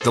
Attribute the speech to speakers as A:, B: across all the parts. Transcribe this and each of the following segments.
A: The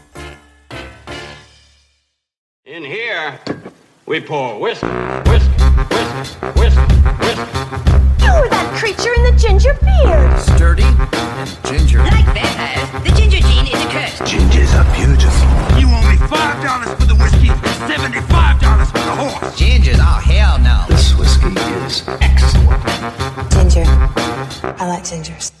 B: In here, we pour whisk, whisk, whisk, whisk, whisk.
C: You were that creature in the ginger beard.
D: Sturdy and ginger.
E: Like vampires, the ginger gene is a curse.
F: Gingers are beautiful.
G: You owe me five dollars for the whiskey and seventy-five dollars for the horse.
D: Gingers? Oh, hell no.
F: This whiskey is excellent.
H: Ginger. I like gingers.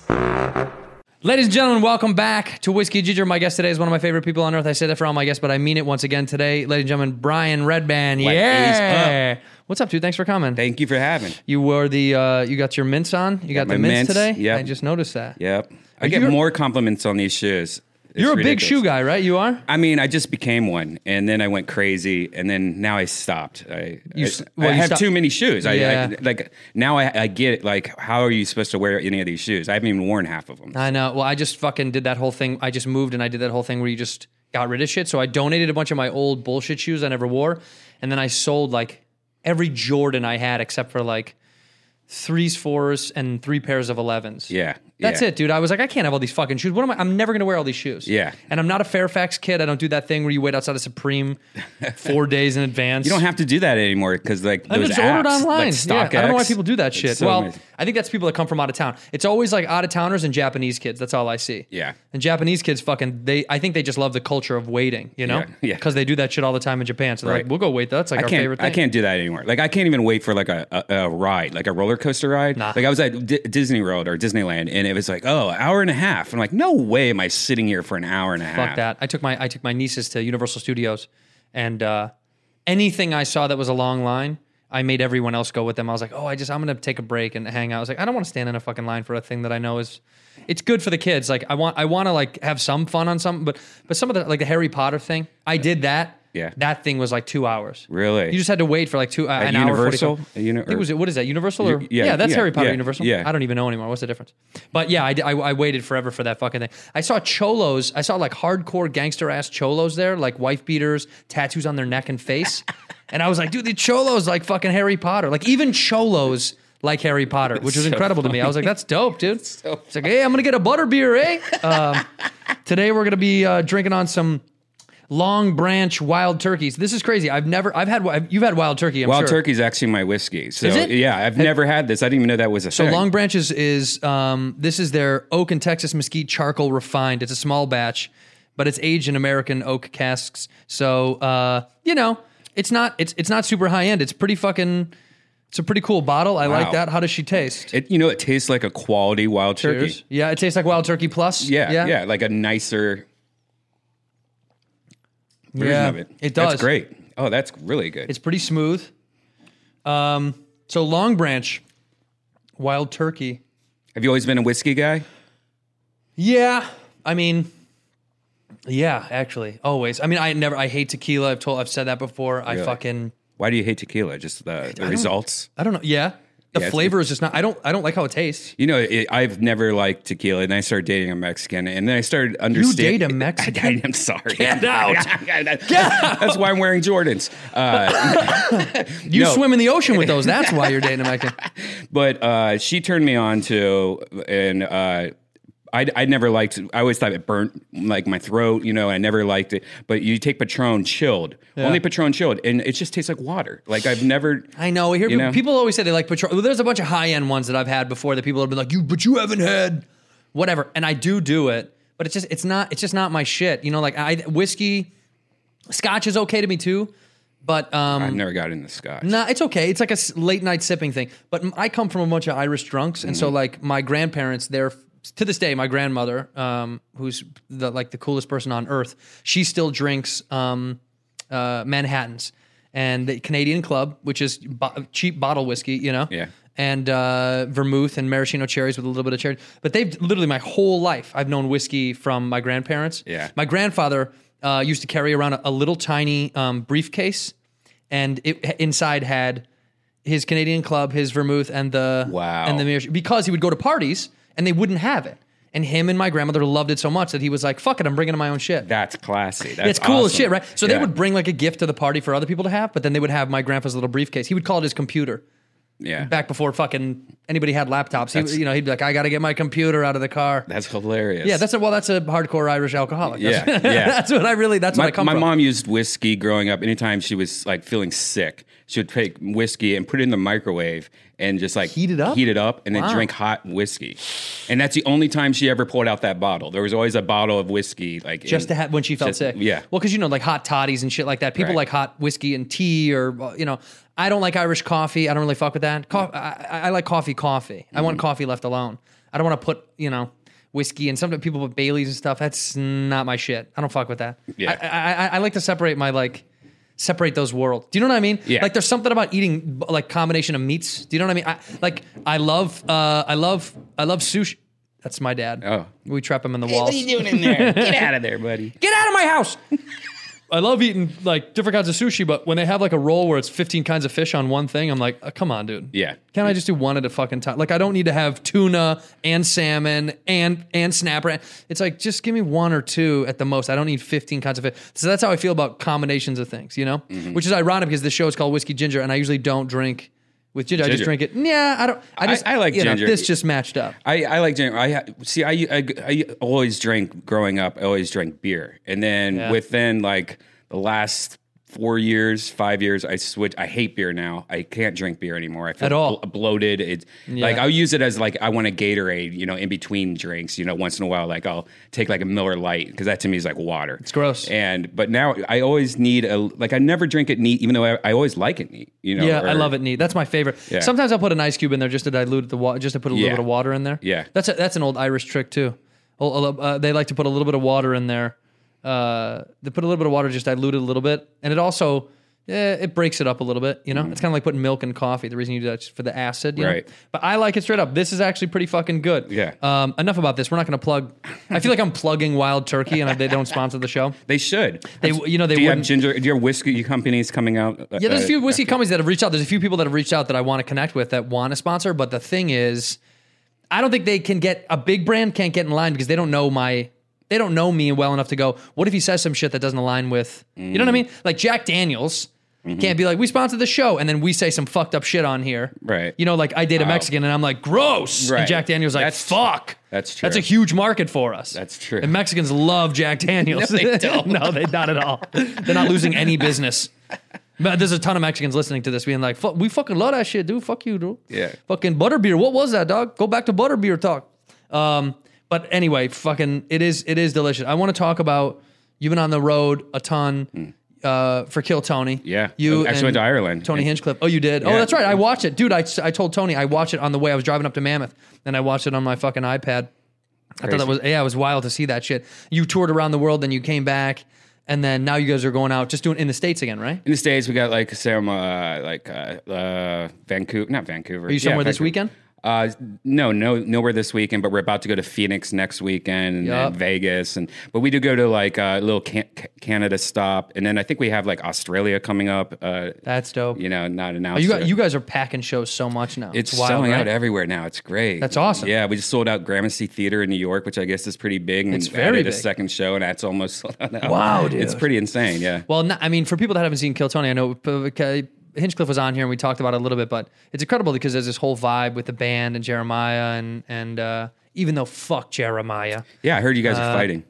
I: Ladies and gentlemen, welcome back to Whiskey Ginger. My guest today is one of my favorite people on earth. I say that for all my guests, but I mean it once again today. Ladies and gentlemen, Brian Redband. yeah. What's up, dude? Thanks for coming.
J: Thank you for having.
I: you wore the uh, you got your mints on. You got,
J: my
I: the mints,
J: mints,
I: today.
J: yep.
I: I just noticed that.
J: Yep. I
I: Are
J: get
I: you-
J: more compliments on these shoes. It's
I: You're a big
J: ridiculous.
I: shoe guy, right? You are.
J: I mean, I just became one, and then I went crazy, and then now I stopped. I,
I: You
J: I,
I: s- well,
J: I
I: you
J: have
I: stopped-
J: too many shoes. I,
I: Yeah.
J: I like now I, I get it. Like, how are you supposed to wear any of these shoes? I haven't even worn half of them.
I: I know. Well, I just fucking did that whole thing. I just moved and I did that whole thing where you just got rid of shit. So I donated a bunch of my old bullshit shoes I never wore, and then I sold like every Jordan I had except for like threes, fours, and three pairs of elevens.
J: Yeah,
I: That's
J: yeah.
I: it, dude. I was like, I can't have all these fucking shoes. What am I? I'm never gonna wear all these shoes.
J: Yeah.
I: And I'm not a Fairfax kid. I don't do that thing where you wait outside of Supreme four days in advance.
J: You don't have to do that anymore because like
I: I
J: those
I: just
J: apps,
I: ordered online.
J: like
I: yeah,
J: StockX.
I: I don't know why people do that
J: It's
I: shit.
J: so
I: well,
J: amazing.
I: I think that's people that come from out of town. It's always like out of towners and Japanese kids. That's all I see.
J: Yeah.
I: And Japanese kids fucking they I think they just love the culture of waiting, you know?
J: Yeah, yeah.
I: Cuz they do that shit all the time in Japan. So they're
J: Right.
I: like, "We'll go wait. That's like
J: I
I: our
J: can't.
I: favorite thing."
J: I can't do that anymore. Like I can't even wait for like a, a, a ride, like a roller coaster ride.
I: Nah.
J: Like I was at D- Disney World or Disneyland, and it was like, oh, an hour and a half. I'm like, no way am I sitting here for an hour and a half.
I: Fuck that. I took my I took my nieces to Universal Studios, and uh, anything I saw that was a long line, I made everyone else go with them. I was like, oh, I just I'm gonna take a break and hang out. I was like, I don't want to stand in a fucking line for a thing that I know is, it's good for the kids. Like I want I want to like have some fun on something, but but some of the like the Harry Potter thing, I did that.
J: Yeah.
I: that thing was like two hours.
J: Really?
I: you just had to wait for like two uh,
J: At
I: an hour.
J: Universal?
I: 45.
J: At Uni-
I: I think it was what is that Universal or
J: Uni-
I: yeah,
J: yeah,
I: that's
J: yeah,
I: Harry Potter
J: yeah,
I: Universal.
J: yeah.
I: I don't even know anymore. What's the difference? But yeah, I, d- I- I waited forever for that fucking thing. I saw cholos. I saw like hardcore gangster ass cholos there, like wife beaters, tattoos on their neck and face, and I was like, dude, the cholos like fucking Harry Potter. Like even cholos. Like Harry Potter, which was incredible to me. I was like, "That's dope, dude." it's like, "Hey, I'm gonna get a butter beer, eh?" Um, today we're gonna be uh, drinking on some Long Branch wild turkeys. This is crazy. I've never, I've had, wi- you've had wild turkey. I'm
J: Wild
I: sure.
J: turkey's actually my whiskey. So
I: Is it?
J: yeah, I've never had this. I didn't even know that was a
I: So
J: thing.
I: Long Branch is, is um, this is their oak and Texas mesquite charcoal refined. It's a small batch, but it's aged in American oak casks. So uh, you know, it's not it's it's not super high end. It's pretty fucking. It's a pretty cool bottle. I like
J: Wow.
I: that. How does she taste?
J: It, you know, it tastes like a quality wild turkey.
I: Cheers. Yeah, it tastes like wild turkey plus.
J: Yeah, yeah, like a nicer version
I: Yeah,
J: of it.
I: it does.
J: That's great. Oh, that's really good.
I: It's pretty smooth. Um, so Long Branch, wild turkey.
J: Have you always been a whiskey guy?
I: Yeah, I mean, yeah, actually, always. I mean, I never. I hate tequila. I've told. I've said that before. I
J: Really?
I: fucking.
J: Why do you hate tequila? Just the, the results.
I: I don't know. Yeah, the
J: Yeah, it's-
I: flavor is just not. I don't. I don't like how it tastes.
J: You know, it, I've never liked tequila, and I started dating a Mexican, and then I started
I: You
J: understanding.
I: date a Mexican?
J: I, am sorry.
I: Get out.
J: That's why I'm wearing Jordans. Uh,
I: You
J: No.
I: swim in the ocean with those. That's why you're dating a Mexican.
J: but uh, she turned me on to, and uh, I I never liked. I always thought it burnt like my throat. You know, I never liked it. But you take Patron chilled, only Patron chilled, and it just tastes like water. Like I've never.
I: I know. I hear
J: You
I: peop-
J: know?
I: people always say they like Patron. Well, there's a bunch of high end ones that I've had before that people have been like, "You, but you haven't had whatever." And I do do it, but it's just it's not it's just not my shit. You know, like I whiskey, scotch is okay to me too, but um,
J: I've never got into scotch.
I: No, it's okay. It's like a s- late night sipping thing. But m- I come from a bunch of Irish drunks, and so like my grandparents, they're to this day, my grandmother, um, who's the, like the coolest person on earth, she still drinks um, uh, Manhattan's and the Canadian Club, which is bo- cheap bottle whiskey, you know.
J: Yeah.
I: And uh, vermouth and maraschino cherries with a little bit of cherry. But they've literally my whole life I've known whiskey from my grandparents.
J: Yeah.
I: My grandfather uh, used to carry around a, a little tiny um, briefcase, and it inside had his Canadian club, his vermouth, and the
J: Wow.
I: and the beer because he would go to parties and they wouldn't have it. And him and my grandmother loved it so much that he was like, "Fuck it, I'm bringing my own shit."
J: That's classy. That's
I: it's cool as
J: awesome.
I: shit, right? So they
J: Yeah.
I: would bring like a gift to the party for other people to have, but then they would have my grandpa's little briefcase. He would call it his computer
J: yeah.
I: back before fucking anybody had laptops. He,
J: That's-
I: you know, he'd be like, "I got to get my computer out of the car."
J: That's hilarious.
I: Yeah, that's a, well, that's a hardcore Irish alcoholic. That's,
J: Yeah, yeah.
I: that's what I really. That's what
J: my,
I: I come
J: my
I: from.
J: mom used whiskey growing up. Anytime she was like feeling sick, she would take whiskey and put it in the microwave and just like
I: Heat it up?
J: heat it up, and
I: Wow.
J: then drink hot whiskey. And that's the only time she ever pulled out that bottle. There was always a bottle of whiskey, like
I: just
J: in-
I: to have when she felt
J: just-
I: sick.
J: Yeah,
I: Well, because you know, like hot toddies and shit like that. People
J: Right.
I: like hot whiskey and tea, or uh, you know, I don't like Irish coffee. I don't really fuck with that. Co- I, I- I like coffee, coffee. I
J: Mm-hmm.
I: want coffee left alone. I don't want to put you know whiskey and sometimes people put Baileys and stuff. That's not my shit. I don't fuck with that.
J: Yeah.
I: I, I, I, I like to separate my like. Separate those worlds. Do you know what I mean?
J: Yeah.
I: Like, there's something about eating b- like combination of meats. Do you know what I mean? I, like, I love, uh, I love, I love sushi. That's my dad.
J: Oh.
I: we trap him in the walls.
J: doing in there? Get out of there, buddy.
I: Get out of my house. I love eating like different kinds of sushi, but when they have like a roll where it's 15 kinds of fish on one thing, I'm like, "Oh, come on, dude.
J: Yeah.
I: Can I just do one at a fucking time? Like, I don't need to have tuna and salmon and and snapper. It's like, just give me one or two at the most. I don't need 15 kinds of fish. So that's how I feel about combinations of things, you know?
J: Mm-hmm.
I: Which is ironic because this show is called Whiskey Ginger, and I usually don't drink with ginger. I just
J: Ginger.
I: drink it. Yeah, I don't. I
J: I-
I: just,
J: I like
I: you know,
J: ginger.
I: this just matched up.
J: I, I like drink. I ha- see. I, I I always drank growing up. I always drank beer, and then
I: Yeah.
J: within like the last four years, five years, I switched. I hate beer now. I can't drink beer anymore. I feel
I: At all.
J: blo- bloated. It's like I'll use it as like I want a Gatorade, you know, in between drinks, you know, once in a while. Like I'll take like a Miller Light because that to me is like water. It's
I: gross.
J: And but now I always need a like I never drink it neat, even though I, I always like it neat. You know.
I: Yeah, I
J: or-
I: love it neat. That's my favorite.
J: Yeah.
I: Sometimes I'll put an ice cube in there just to dilute the water, just to put a little
J: Yeah.
I: bit of water in there.
J: Yeah.
I: that's a, that's an old Irish trick too. A- a lo- uh, they like to put a little bit of water in there. Uh, they put a little bit of water, just dilute it a little bit, and it also eh, it breaks it up a little bit. You know, it's kind of like putting milk in coffee. The reason you do that is for the acid, you know?
J: Mm-hmm. Right.
I: But I like it straight up. This is actually pretty fucking good.
J: Yeah.
I: Um, enough about this. We're not going to plug. I feel like I'm plugging Wild Turkey, and they don't sponsor the show.
J: They should.
I: They- you know, they
J: do you have
I: wouldn't-
J: ginger. Do you have whiskey companies coming out?
I: Yeah, there's a few
J: uh,
I: whiskey companies that have reached out. There's a few people that have reached out that I want to connect with that want to sponsor. But the thing is, I don't think they can get a big brand can't get in line because they don't know my they don't know me well enough to go. What if he says some shit that doesn't align with you know what I mean? Like Jack Daniels
J: Mm-hmm.
I: can't be like we sponsored the show and then we say some fucked up shit on here.
J: Right.
I: You know, like I date a
J: Wow.
I: Mexican and I'm like gross, and
J: Right.
I: Jack Daniels like
J: That's-
I: fuck.
J: that's
I: That's a
J: true.
I: huge market for us.
J: That's true.
I: And Mexicans love Jack Daniels.
J: No, they don't.
I: no, they not at all. They're not losing any business. But there's a ton of Mexicans listening to this being like, Fuck, we fucking love that shit, dude. Fuck you, dude.
J: Yeah.
I: Fucking butterbeer. What was that, dog? Go back to butterbeer talk. Um, but anyway, fucking it is it is delicious. I want to talk about you've been on the road a ton uh, for Kill Tony.
J: Mm. Yeah.
I: You
J: I actually
I: and
J: went to Ireland.
I: Tony
J: And-
I: Hinchcliffe. Oh, you did? Oh,
J: Yeah.
I: that's right. I watched it. Dude, I, I told Tony I watched it on the way. I was driving up to Mammoth and I watched it on my fucking iPad. I thought that was
J: Crazy.
I: yeah, it was wild to see that shit. You toured around the world, then you came back, and then now you guys are going out just doing in the states again, right?
J: In the states, we got like some uh, like uh, uh, Vancouver, not Vancouver.
I: Are you somewhere this
J: Vancouver.
I: weekend?
J: Uh, no, no, nowhere this weekend. But we're about to go to Phoenix next weekend and
I: Yup.
J: Vegas, and but we do go to like a little can- Canada stop, and then I think we have like Australia coming up. Uh,
I: That's dope.
J: you know, not
I: Are
J: announced.
I: Oh, you guys,
J: yet.
I: you guys are packing shows so much now.
J: It's,
I: wild,
J: selling out
I: right?
J: everywhere now. It's great.
I: That's awesome.
J: Yeah, we just sold out Gramercy Theater in New York, which I guess is pretty big. And
I: It's very
J: added
I: big.
J: a second show, and that's almost sold out. now.
I: Wow,
J: It's
I: dude.
J: pretty insane. Yeah.
I: Well, no- I mean, for people that haven't seen Kill Tony, I know uh, okay, Hinchcliffe was on here and we talked about it a little bit, but it's incredible because there's this whole vibe with the band and Jeremiah and and uh, even though fuck Jeremiah,
J: yeah, I heard you guys
I: uh,
J: are fighting.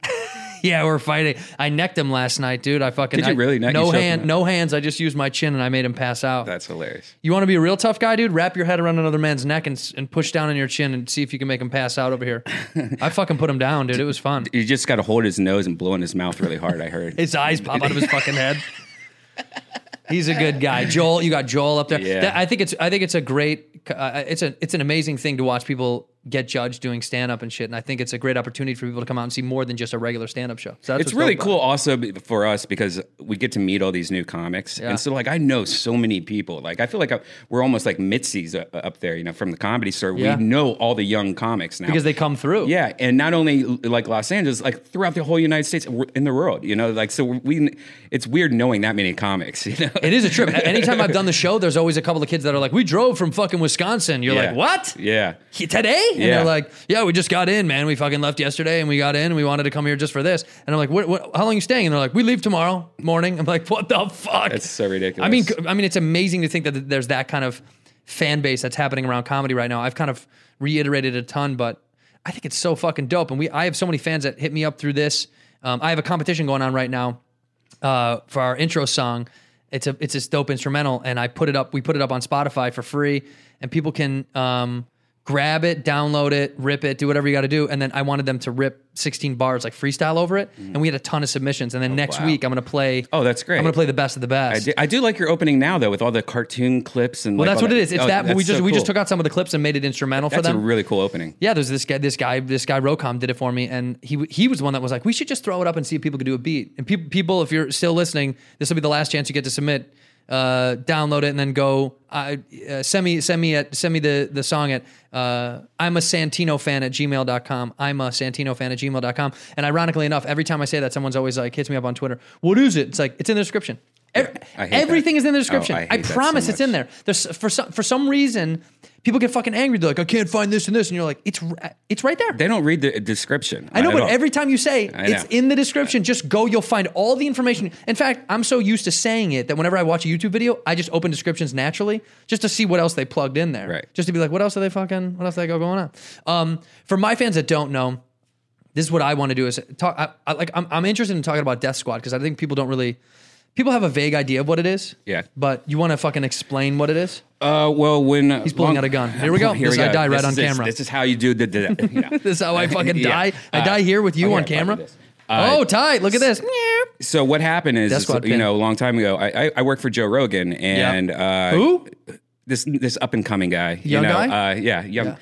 I: yeah, we're fighting. I necked him last night, dude. I fucking
J: Did you
I: I-
J: really? Neck- you
I: no
J: choked him
I: hand,
J: out?
I: no hands. I just used my chin and I made him pass out.
J: That's hilarious.
I: You want to be a real tough guy, dude? Wrap your head around another man's neck and, s- and push down on your chin and see if you can make him pass out over here. I fucking put him down, dude. It was fun.
J: You just got to hold his nose and blow in his mouth really hard. I heard.
I: His eyes pop out of his fucking head. He's a good guy, Joel. You got Joel up there.
J: Yeah.
I: That- I think it's I think it's a great. Uh, it's a it's an amazing thing to watch people get judged doing stand up and shit. And I think it's a great opportunity for people to come out and see more than just a regular stand up show. So that's
J: it's
I: what's
J: really
I: dope about
J: cool also b- for us because we get to meet all these new comics
I: Yeah.
J: and so like i know so many people like i feel like I, we're almost like mitzi's up, up there you know from the comedy store
I: Yeah.
J: we know all the young comics now
I: it. because they come through.
J: yeah and not only l- like los angeles like throughout the whole united states we're in the world you know like so we it's weird knowing that many comics you know
I: It is a trip. A- Anytime I've done the show, there's always a couple of kids that are like, "We drove from fucking Wisconsin." You're
J: Yeah.
I: like, "What?
J: yeah
I: He- Today?" And
J: Yeah.
I: they're like, "Yeah, we just got in, man. We fucking left yesterday, and we got in. and We wanted to come here just for this." And I'm like, what, what, "How long you staying?" And they're like, "We leave tomorrow morning." I'm like, "What the fuck?"
J: That's so ridiculous.
I: I mean, c- I mean, it's amazing to think that th- there's that kind of fan base that's happening around comedy right now. I've kind of reiterated a ton, but I think it's so fucking dope. And we, I have so many fans that hit me up through this. Um, I have a competition going on right now uh, for our intro song. It's a it's this dope instrumental, and I put it up. We put it up on Spotify for free, and people can um, grab it, download it, rip it, do whatever you got to do. And then I wanted them to rip 16 bars like freestyle over it, and we had a ton of submissions. And then next
J: Mm. Oh, wow.
I: week I'm gonna play.
J: Oh, that's great.
I: I'm gonna play the best of the best.
J: I do, I do like your opening now though with all the cartoon clips and
I: Well,
J: like,
I: that's
J: all
I: what it is. It's
J: Oh,
I: that but we
J: that's
I: just
J: so
I: we just
J: cool.
I: took out some of the clips and made it instrumental for
J: that's
I: them.
J: a really cool opening
I: yeah, there's this guy, this guy, this guy Rocom did it for me, and he w- he was the one that was like, we should just throw it up and see if people could do a beat. And people, people, if you're still listening, this will be the last chance you get to submit. Uh, download it and then go. I uh, send me send me at send me the the song at uh, I'm a Santino fan at gmail.com. I'm a Santino fan at gmail.com. And ironically enough, every time I say that, someone's always like hits me up on Twitter. What is it? It's like it's in the description. Ev-
J: I hate that.
I: Everything is in the description.
J: Oh, I
I: I,
J: hate that so
I: promise it's in
J: much.
I: there there. There's for some for some reason people get fucking angry. They're like, I can't find this and this, and you're like, it's r- it's right there.
J: they don't read the description
I: I know,
J: at
I: but
J: all.
I: every time you say
J: I
I: it's
J: know.
I: in the description, just go. You'll find all the information. In fact, I'm so used to saying it that whenever I watch a YouTube video, I just open descriptions naturally just to see what else they plugged in there.
J: Right.
I: Just to be like, what else are they fucking? What else they got going on? Um, for my fans that don't know, this is what I want to do is talk. I, I, like I'm, I'm interested in talking about Death Squad because I think people don't really. People have a vague idea of what it is.
J: Yeah.
I: But you want to fucking explain what it is?
J: Uh, well, when
I: He's pulling out a gun. Here we go. This is I die right
J: This
I: on
J: is it.
I: camera.
J: This is how you do the. the, the- you know.
I: This is how I fucking
J: Yeah.
I: die. I
J: Uh,
I: die here with you
J: okay,
I: on
J: I'll do
I: camera.
J: this. Uh,
I: oh, tight! Look at this.
J: So what happened is,
I: Death
J: is,
I: Squad
J: you
I: pin.
J: know, a long time ago, I, I, I worked for Joe Rogan and uh,
I: Who?
J: this this up and coming guy,
I: Young
J: you know,
I: guy?
J: uh, yeah, young.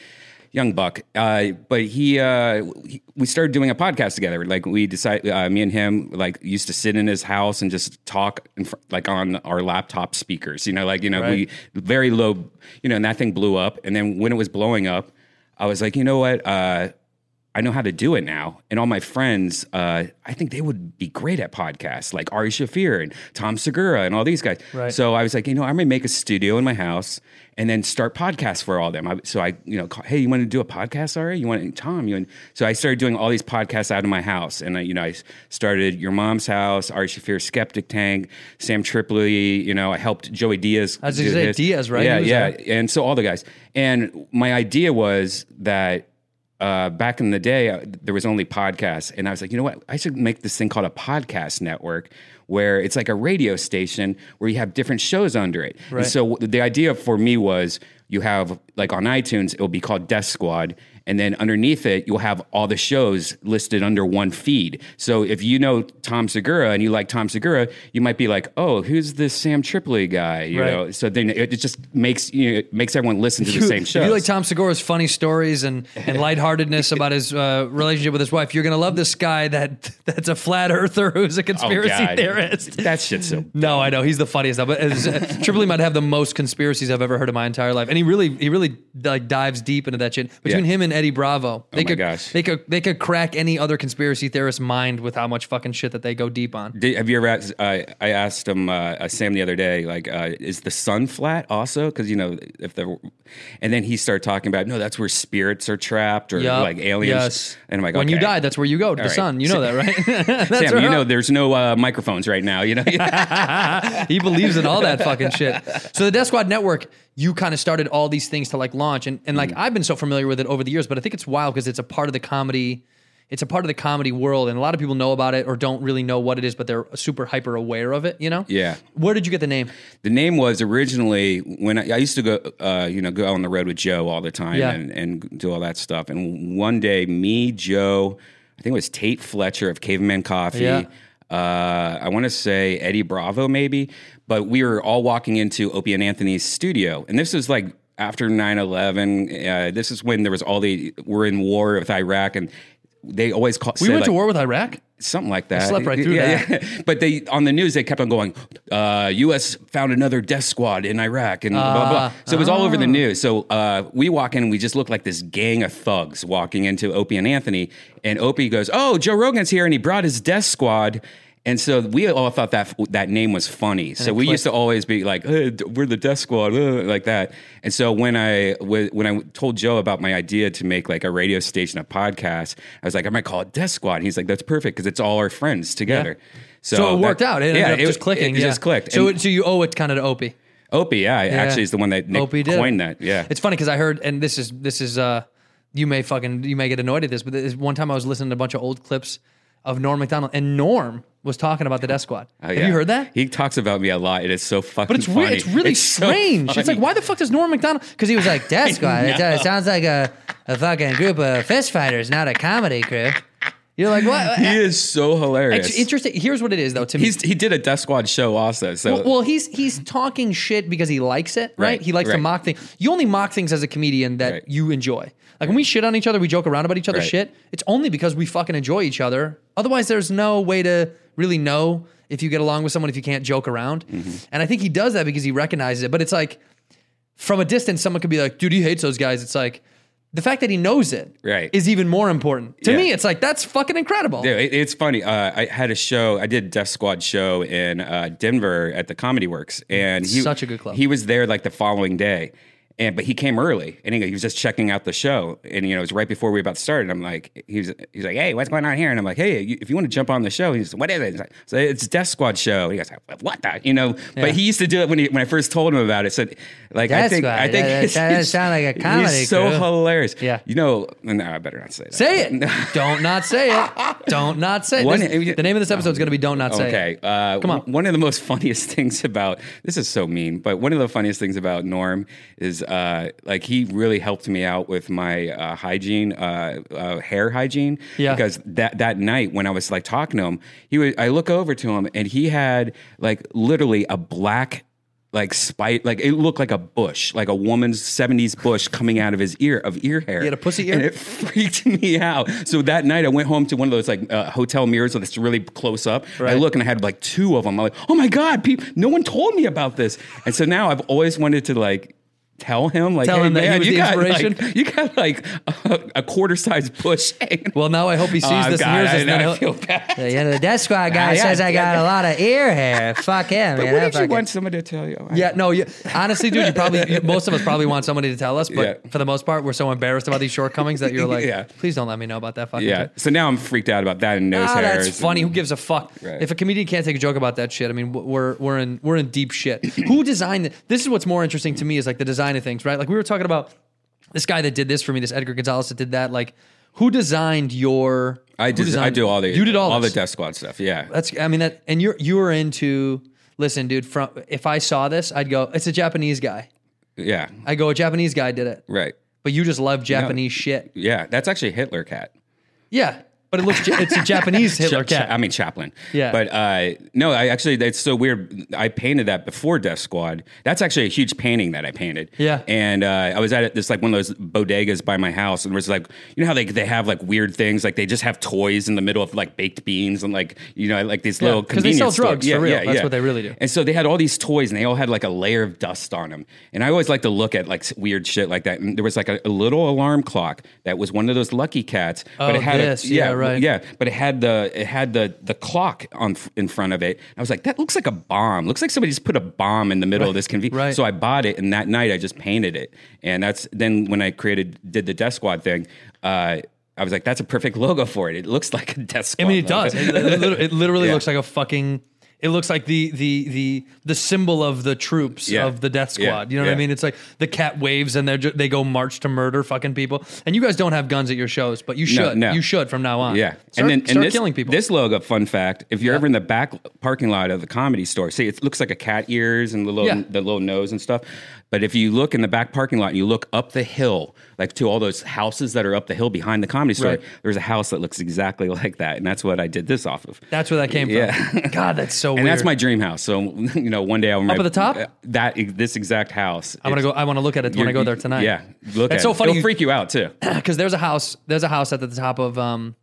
J: Young buck, uh, but he, uh, he- we started doing a podcast together. Like we decided, uh, me and him, like used to sit in his house and just talk, in fr- like on our laptop speakers. You know, like you know,
I: Right.
J: we very low. You know, and that thing blew up. And then when it was blowing up, I was like, you know what? Uh, I know how to do it now. And all my friends, uh, I think they would be great at podcasts, like Ari Shafir and Tom Segura and all these guys.
I: Right.
J: So I was like, you know, I'm gonna make a studio in my house and then start podcasts for all them. I, so I, you know, call, hey, you want to do a podcast, Ari? You want Tom? You want? So I started doing all these podcasts out of my house, and I, you know, I s- started Your Mom's House, Ari Shafir, Skeptic Tank, Sam Tripoli. You know, I helped Joey Diaz.
I: I was gonna
J: do
I: say
J: his-
I: Diaz, right?
J: Yeah,
I: He was
J: yeah,
I: there.
J: and so all the guys. And my idea was that uh, back in the day, uh, there was only podcasts, and I was like, you know what? I should make this thing called a podcast network, where it's like a radio station where you have different shows under it.
I: Right.
J: And so w- the idea for me was you have like on iTunes, it will be called Death Squad, and then underneath it, you'll have all the shows listed under one feed. So if you know Tom Segura and you like Tom Segura, you might be like, oh, who's this Sam Tripoli guy? You
I: Right.
J: know. So then it it just makes you know, it makes everyone listen to the same
I: If
J: show.
I: you like Tom Segura's funny stories and, and lightheartedness about his uh, relationship with his wife, you're gonna love this guy that that's a flat earther who's
J: Oh,
I: a conspiracy theorist.
J: That shit's so
I: No, I know he's the funniest. But as, Tripoli might have the most conspiracies I've ever heard in my entire life, and he really, he really like dives deep into that shit. Between
J: Yeah. Oh
I: him and Eddie Bravo, they
J: my
I: could,
J: gosh.
I: they could, they could crack any other conspiracy theorist's mind with how much fucking shit that they go deep on.
J: Did, have you ever asked? I I asked him, uh, uh, Sam, the other day, like, uh, is the sun flat also? Because, you know, if the. And then he started talking about, no, that's where spirits are trapped or
I: Yup.
J: like aliens. And I'm like,
I: when you
J: okay.
I: die, that's where you go to the
J: right.
I: sun. You know that, right? that's
J: Sam,
I: right.
J: you know, there's no uh, microphones right now, you know?
I: he believes in all that fucking shit. So the Death Squad Network, you kind of started all these things to like launch, and and
J: Mm.
I: like I've been so familiar with it over the years, but I think it's wild because it's a part of the comedy. It's a part of the comedy world, and a lot of people know about it or don't really know what it is, but they're super hyper aware of it. You know?
J: Yeah.
I: Where did you get the name?
J: the name was originally when I, I used to go, uh, you know, go on the road with Joe all the time
I: Yeah.
J: and, and do all that stuff. And one day, me, Joe, I think it was Tate Fletcher of Caveman Coffee.
I: Yeah.
J: Uh, I want to say Eddie Bravo, maybe, but we were all walking into Opie and Anthony's studio, and this was like after 9-11, uh, this is when there was all the we're in war with Iraq and they always call.
I: We
J: said,
I: went to
J: like,
I: war with Iraq.
J: something like that.
I: slept right through
J: yeah,
I: that.
J: Yeah. But they on the news they kept on going. Uh, U.S. found another death squad in Iraq and blah
I: Ah.
J: blah. So it was all over the news. So uh, we walk in, and we just look like this gang of thugs walking into Opie and Anthony, and Opie goes, "Oh, Joe Rogan's here, and he brought his death squad." And so we all thought that that name was funny. so we used to always be like, "Hey, d- "We're the death squad," uh, like that. And so when I wh- when I told Joe about my idea to make like a radio station, a podcast, I was like, "I might call it Death Squad." And he's like, "That's perfect because it's all our friends together."
I: So, it worked out. It ended up just clicking.
J: It
I: yeah.
J: just clicked.
I: So,
J: And
I: it, so you owe it kind of to Opie.
J: Opie, yeah,
I: Yeah.
J: actually is the one that Nick
I: Opie did it.
J: coined that. Yeah,
I: It's funny because I heard, and this is this is uh, you may fucking you may get annoyed at this, but this, one time I was listening to a bunch of old clips of Norm Macdonald, and Norm was talking about the Death Squad.
J: Oh,
I: Have
J: yeah.
I: you heard that?
J: He talks about me a lot. It is so fucking.
I: but it's weird. It's really strange. it's like why the fuck does Norm Macdonald? Because he was like Death Squad. it, uh, sounds like a, a fucking group of fist fighters, not a comedy crew. You're like what?
J: He is so hilarious.
I: It's interesting. Here's what it is though. To me,
J: He's he did a Death Squad show also. So
I: Well, well, he's he's talking shit because he likes it, right?
J: Right,
I: He likes to
J: right.
I: mock things. You only mock things as a comedian that
J: Right.
I: you enjoy. Like when we shit on each other, we joke around about each other's
J: Right.
I: shit. It's only because we fucking enjoy each other. Otherwise, there's no way to really know if you get along with someone if you can't joke around.
J: Mm-hmm.
I: And I think he does that because he recognizes it. But it's like from a distance, someone could be like, "Dude, he hates those guys." It's like. The fact that he knows it is
J: Right.
I: even more important. To
J: Yeah.
I: me, it's like that's fucking incredible.
J: Yeah, it, it's funny. Uh, I had a show. I did Death Squad show in uh, Denver at the Comedy Works, and he,
I: Such a good club.
J: He was there like the following day, and but he came early, and he, he was just checking out the show, and you know it was right before we about to start. And I'm like, he was he's like, hey, what's going on here? And I'm like, hey, you, if you want to jump on the show, he's like, what is it? He's like, so it's Death Squad show. And he goes, what the? You know,
I: Yeah.
J: but he used to do it when he, when I first told him about it. So like, I
I: Death
J: think
I: Squad,
J: I think
I: that- that-
J: he's-
I: that doesn't sound like a comedy
J: He's so
I: crew.
J: hilarious.
I: Yeah.
J: you know, no, I better not say that.
I: Say it. Don't not say it. Don't not say it.
J: One-
I: This- the name of this episode is going to be "Don't Not Say
J: okay.
I: It."
J: Uh,
I: Come on.
J: One of the most funniest things about this is so mean, but one of the funniest things about Norm is uh, like he really helped me out with my uh, hygiene, uh, uh, hair hygiene.
I: Yeah.
J: Because that that night when I was like talking to him, he was, I look over to him and he had like literally a black. Like spite, like it looked like a bush, like a woman's '70s bush coming out of his ear of ear hair. He
I: had a pussy ear?
J: and it freaked me out. So that night, I went home to one of those like uh, hotel mirrors that's really close up. I
I: Right.
J: look and I had like two of them. I'm like, oh my god, peop no one told me about this. And so now I've always wanted to like tell him, like,
I: Tell
J: hey,
I: him that he
J: man,
I: was
J: you
I: the
J: got,
I: inspiration?
J: Like, you got like a, a quarter size bush. hanging
I: Well, now I hope he sees
J: Oh,
I: this
J: God,
I: and hears
J: I-
I: this. and then
J: I
I: he'll-
J: feel bad.
I: The, you know, the death squad guy
J: Ah, yeah,
I: says I got
J: yeah.
I: a lot of ear hair. Fuck him.
J: But
I: man. I
J: wouldn't you
I: fucking-
J: want someone to tell you?
I: yeah, no. You, honestly, dude, you probably you- most of us probably want somebody to tell us, but
J: Yeah.
I: for the most part, we're so embarrassed about these shortcomings that you're like,
J: Yeah.
I: please don't let me know about that fucking.
J: Yeah.
I: shit."
J: So now I'm freaked out about that and nose
I: Ah,
J: hairs.
I: that's funny. Who gives a fuck?
J: Right.
I: If a comedian can't take a joke about that shit, I mean, we're we're in we're in deep shit. Who designed it? This is what's more interesting to me is like the design of things, right? Like we were talking about this guy that did this for me, this Edgar Gonzalez that did that. Like, who designed your?
J: I
I: who
J: did. I
I: designed-
J: do all the.
I: You did all,
J: all
I: this. Uh,
J: the death squad stuff. Yeah.
I: That's. I mean that, and you're you were into. Listen, dude. From if I saw this, I'd go. It's a Japanese guy.
J: yeah.
I: I go. A Japanese guy did it.
J: right.
I: But you just love Japanese shit.
J: Yeah. That's actually Hitler cat.
I: Yeah. But it looks. It's a Japanese Hitler
J: Cha- cha-
I: cat.
J: I mean Chaplin.
I: Yeah.
J: But uh, no, I actually that's so weird. I painted that before Death Squad. That's actually a huge painting that I painted.
I: Yeah.
J: And uh, I was at this like one of those bodegas by my house, and it was like you know how they they have like weird things like they just have toys in the middle of like baked beans and like you know like these
I: Yeah,
J: little
I: 'cause they sell
J: convenience stores.
I: drugs for real. That's what they really do.
J: And so they had all these toys, and they all had like a layer of dust on them. And I always like to look at like s- weird shit like that. And there was like a, a little alarm clock that was one of those lucky cats, but
I: Oh,
J: it had
I: this.
J: a,
I: Yeah, right.
J: yeah, but it had the it had the the clock on f- in front of it. I was like, that looks like a bomb. Looks like somebody just put a bomb in the middle of this convenience.
I: Right.
J: So I bought it, and that night I just painted it. And that's then when I created did the Death Squad thing. Uh, I was like, that's a perfect logo for it. It looks like a Death Squad.
I: I mean, it
J: logo.
I: does. It, it literally, it literally
J: Yeah.
I: looks like a fucking. It looks like the the the the symbol of the troops
J: Yeah.
I: of the death
J: Yeah.
I: squad. You know what I
J: Yeah.
I: mean? It's like the cat waves and they are they go march to murder fucking people. And you guys don't have guns at your shows, but you should.
J: no.
I: You should from now on.
J: Yeah,
I: Start, and then
J: and
I: start
J: this,
I: killing people.
J: This logo, fun fact: if you're
I: Yeah.
J: ever in the back parking lot of the comedy store, see it looks like a cat ears and the little
I: Yeah.
J: the little nose and stuff. But if you look in the back parking lot and you look up the hill, like to all those houses that are up the hill behind the comedy store,
I: Right.
J: there's a house that looks exactly like that. And that's what I did this off of.
I: That's where that came
J: Yeah.
I: from. God, that's so
J: and
I: weird.
J: that's my dream house. So you know, one day I'll uh,
I: at the top?
J: That e, this exact house.
I: I'm gonna go. I want to look at it when I go there tonight.
J: Yeah, look. at
I: That's so
J: it.
I: funny.
J: It'll
I: you-
J: freak you out too.
I: because there's a house there's a house at the top of um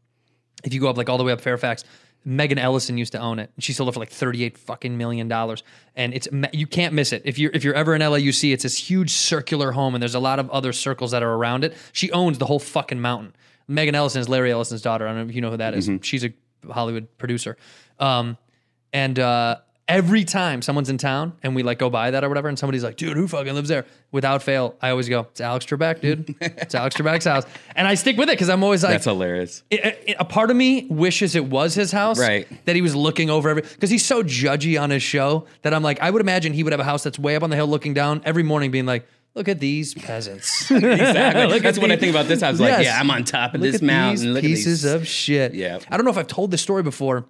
I: if you go up like all the way up Fairfax Megan Ellison used to own it. She sold it for like 38 fucking million dollars and it's ma- you can't miss it. If you're if you're ever in LA you see it's this huge circular home and there's a lot of other circles that are around it. She owns the whole fucking mountain. Megan Ellison is Larry Ellison's daughter. I don't know if you know who that is. She's a Hollywood producer. Um and uh, every time someone's in town and we like go by that or whatever, and somebody's like, dude, who fucking lives there? Without fail, I always go, it's Alex Trebek, dude. It's Alex Trebek's house. And I stick with it because I'm always like,
J: That's hilarious.
I: it- it- a part of me wishes it was his house,
J: Right.
I: That he was looking over every because he's so judgy on his show that I'm like, I would imagine he would have a house that's way up on the hill, looking down every morning, being like, "Look at these peasants,
J: Exactly. that's what I
I: these-
J: think about this house. Like,
I: Yes.
J: yeah, I'm on top of
I: Look
J: this
I: at
J: mountain.
I: These
J: look
I: pieces
J: at these.
I: of shit.
J: Yeah.
I: I don't know if I've told this story before,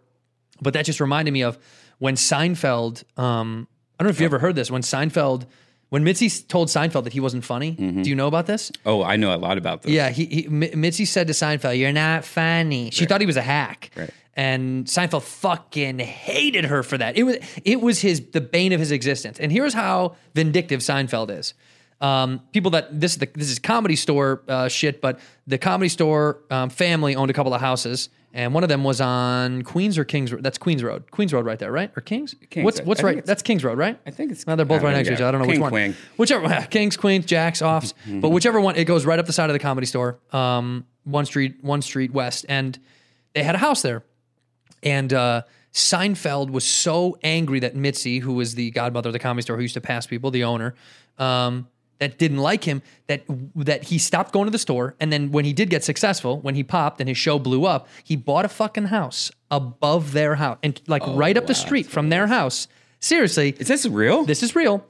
I: but that just reminded me of when Seinfeld. Um, I don't know if you
J: Oh.
I: ever heard this. When Seinfeld, when Mitzi s- told Seinfeld that he wasn't funny.
J: Mm-hmm.
I: Do you know about this?
J: oh, I know a lot about this.
I: Yeah, he, he Mi- Mitzi said to Seinfeld, "You're not funny." She thought he was a hack,
J: Right.
I: and Seinfeld fucking hated her for that. It was it was his the bane of his existence. And here's how vindictive Seinfeld is. Um, people that this is the, this is comedy store uh, shit, but the comedy store um, family owned a couple of houses, and one of them was on Queens or Kings. Road. That's Queens Road, Queens Road right there, right? Or Kings?
J: Kings,
I: what's
J: I- I
I: what's
J: think
I: right?
J: it's-
I: That's Kings Road, right?
J: I think it's-
I: no, they're both
J: I don't
I: right
J: know,
I: next to
J: yeah.
I: each other. I don't know
J: King, Mm-hmm.
I: which one
J: Quang.
I: whichever kings queens jacks offs but whichever one it goes right up the side of the comedy store um one street one street west and they had a house there and uh seinfeld was so angry that mitzi who was the godmother of the comedy store who used to pass people the owner um that didn't like him that that he stopped going to the store and then when he did get successful when he popped and his show blew up he bought a fucking house above their house and like
J: Oh,
I: right up the street from their house seriously
J: Is this real?
I: this is real.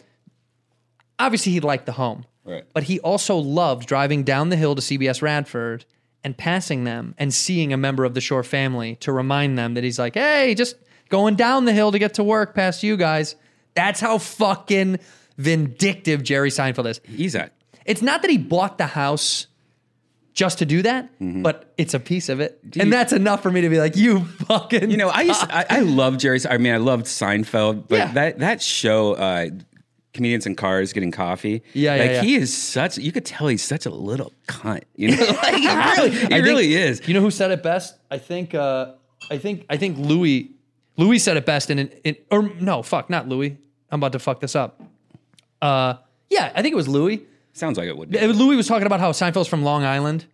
I: Obviously, he liked the home,
J: Right.
I: but he also loved driving down the hill to CBS Radford and passing them and seeing a member of the Shore family to remind them that he's like, hey, just going down the hill to get to work past you guys. That's how fucking vindictive Jerry Seinfeld is.
J: He's at.
I: It's not that he bought the house just to do that,
J: Mm-hmm.
I: but it's a piece of it. and
J: you-
I: that's enough for me to be like, you fucking.
J: You know, I used I, I love Jerry. Se- I mean, I loved Seinfeld, but
I: Yeah.
J: that that show, uh, comedians in cars getting coffee.
I: Yeah, yeah,
J: like
I: yeah.
J: he is such. You could tell he's such a little cunt. You know, like he really, he
I: I think-
J: really is.
I: You know who said it best? I think. Uh, I think. I think Louis. Louis said it best in, an in or no, fuck, not Louis. I'm about to fuck this up. Uh, yeah, I think it was Louis.
J: Sounds like it would. Be.
I: Yeah, Louis was talking about how Seinfeld's from Long Island,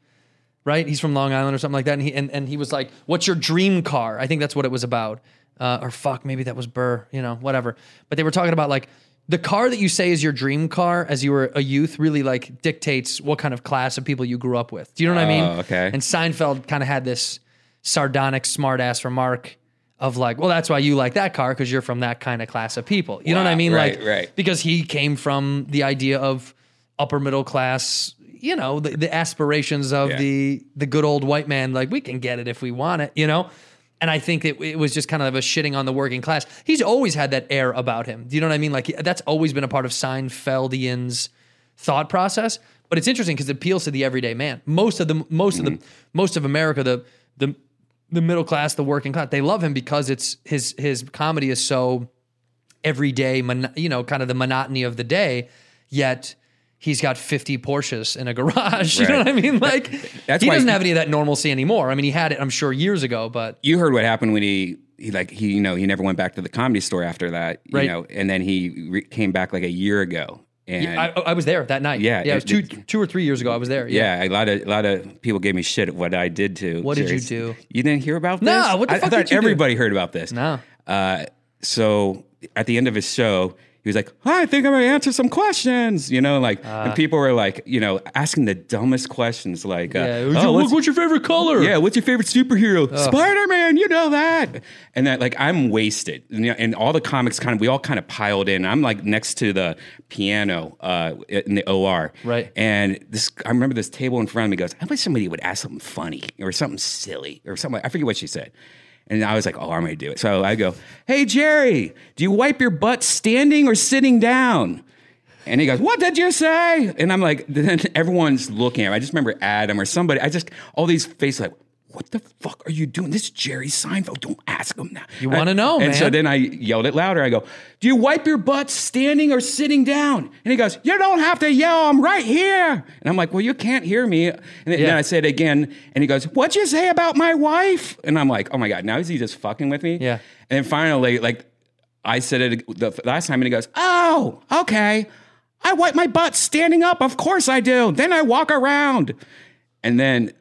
I: right? He's from Long Island or something like that. And he and, and he was like, "What's your dream car?" I think that's what it was about. Uh, or fuck, maybe that was Burr. You know, whatever. But they were talking about like the car that you say is your dream car as you were a youth really like dictates what kind of class of people you grew up with. Do you know what I mean?
J: Oh, okay.
I: And Seinfeld kind of had this sardonic, smart ass remark of like, "Well, that's why you like that car because you're from that kind of class of people." You know what I
J: Wow,
I: mean?
J: right,
I: like,
J: right.
I: because he came from the idea of upper middle class you know the, the aspirations of
J: Yeah.
I: the the good old white man like we can get it if we want it you know and i think it, it was just kind of a shitting on the working class he's always had that air about him do you know what i mean like that's always been a part of seinfeldian's thought process but it's interesting because it appeals to the everyday man most of the most of the most of america the the the middle class the working class they love him because it's his his comedy is so everyday, mon- you know, kind of the monotony of the day, yet he's got 50 Porsches in a garage. You know
J: Right.
I: what I mean? Like,
J: That's
I: he
J: why-
I: doesn't have any of that normalcy anymore. I mean, he had it, I'm sure, years ago, but
J: you heard what happened when he, he like he you know he never went back to the comedy store after that you
I: Right.
J: know and then he re- came back like a year ago and
I: I, I was there that night.
J: Yeah,
I: Yeah, it was
J: it-
I: two, two or three years ago. I was there.
J: yeah, a lot of a lot of people gave me shit at what I did to.
I: What did you
J: Jerry's-
I: do?
J: You didn't hear about
I: No,
J: this?
I: what the
J: I,
I: fuck
J: I thought
I: did you do?
J: everybody heard about this.
I: No.
J: Uh, so at the end of his show, he was like, "I think I'm gonna answer some questions," you know, like,
I: Ah.
J: and people were like, you know, asking the dumbest questions, like, uh,
I: Yeah.
J: "Oh,
I: What's your-
J: what's-
I: what's your favorite color?
J: yeah, what's your favorite superhero? Spider Man, you know that. And that, like, I'm wasted. And, you know, and all the comics kind of, we all kind of piled in. I'm like next to the piano uh, in the OR.
I: Right.
J: And this, I remember this table in front of me goes, I wish somebody would ask something funny or something silly or something. I forget what she said. And I was like, oh, I'm going to do it. So I go, hey, Jerry, do you wipe your butt standing or sitting down? And he goes, "What did you say?" And I'm like, then everyone's looking at me. I just remember Adam or somebody. I just all these faces like, "What the fuck are you doing?" This is Jerry Seinfeld. Don't ask him now.
I: You wanna
J: And-
I: know,
J: And so
I: man.
J: then I yelled it louder. I go, "Do you wipe your butts standing or sitting down?" And he goes, "You don't have to yell. I'm right here." And I'm like, "Well, you can't hear me." And then
I: Yeah.
J: I said again, and he goes, "What'd you say about my wife?" And I'm like, "Oh my god, now is he just fucking with me?"
I: Yeah.
J: And then finally, like I said it the last time, and he goes, "Oh, okay. I wipe my butt standing up. Of course I do. Then I walk around." And then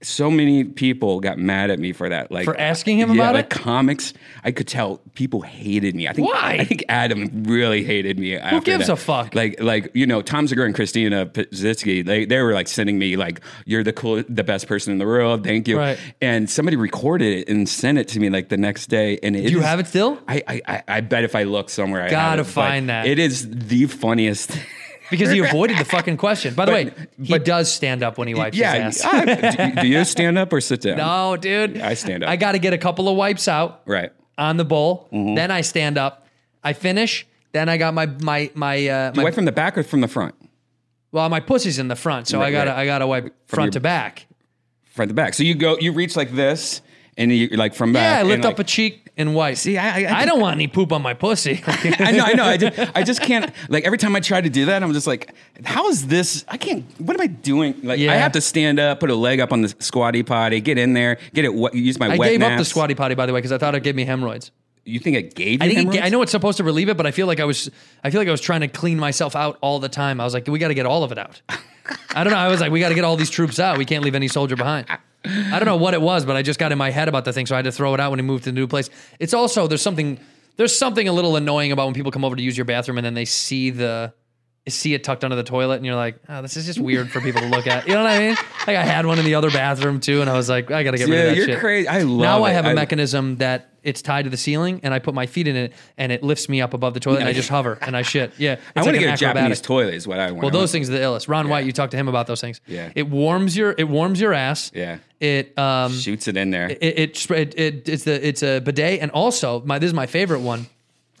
J: so many people got mad at me for that, like
I: For asking him
J: yeah,
I: about
J: like
I: it?
J: Comics, I could tell people hated me. I think
I: Why?
J: I think Adam really hated me. Who
I: gives a fuck?
J: Like like you know, Tom Segura and Christina Pizitsky, they they were like sending me like, "You're the cool, the best person in the world. Thank you."
I: Right.
J: And somebody recorded it and sent it to me like the next day. And it
I: you
J: is-
I: have it still?
J: I I, I I bet if I look somewhere, I
I: Gotta
J: have it, but
I: find that.
J: It is the funniest. thing.
I: because he avoided the fucking question. By the
J: But-
I: way, he
J: but-
I: does stand up when he wipes
J: yeah.
I: his ass.
J: I- do, do you stand up or sit down?
I: no, dude.
J: I stand up.
I: I got to get a couple of wipes out.
J: Right. Mm-hmm.
I: on the bowl. Then I stand up. I finish. Then I got my my my uh,
J: Do you
I: my
J: wipe from the back or from the front?
I: well my pussy's in the front, so I
J: Right,
I: gotta
J: right.
I: I gotta wipe front
J: your-
I: to back.
J: front to back. So you go, you reach like this, and you like from back.
I: Yeah, I
J: and,
I: lift
J: like-
I: up a cheek and wipe.
J: See, I- I- I
I: don't
J: think-
I: want any poop on my pussy.
J: I know, I know. I just, I just can't. Like every time I try to do that, I'm just like, how is this? I can't. What am I doing? Like
I: Yeah.
J: I have to stand up, put a leg up on the squatty potty, get in there, get it. What use my
I: I
J: wet
I: gave up the
J: naps.
I: squatty potty by the way because I thought it gave me hemorrhoids.
J: You think it gave you?
I: I think it,
J: hemorrhoids?
I: I know it's supposed to relieve it, but I feel like I was I feel like I was trying to clean myself out all the time. I was like, we got to get all of it out. I don't know. I was like, we got to get all these troops out. We can't leave any soldier behind. I don't know what it was, but I just got in my head about the thing, so I had to throw it out when he moved to the new place. It's also there's something there's something a little annoying about when people come over to use your bathroom and then they see the see it tucked under the toilet and you're like, oh, this is just weird for people to look at. You know what I mean? Like I had one in the other bathroom too, and I was like, I got to get rid of
J: Yeah,
I: that
J: you're
I: shit.
J: crazy. I love
I: now I
J: it.
I: have a
J: I-
I: mechanism that it's tied to the ceiling, and I put my feet in it, and it lifts me up above the toilet, and I just hover and I shit. Yeah, it's
J: I want
I: like
J: to
I: an
J: get a Japanese
I: acrobatic.
J: toilet. Is what I want.
I: Well, those things are the illest. Ron White, you talked to him about those things.
J: Yeah.
I: it warms your it warms your ass.
J: Yeah.
I: it um
J: shoots it in there.
I: it, it, spread- it it's the it's a bidet and also my this is my favorite one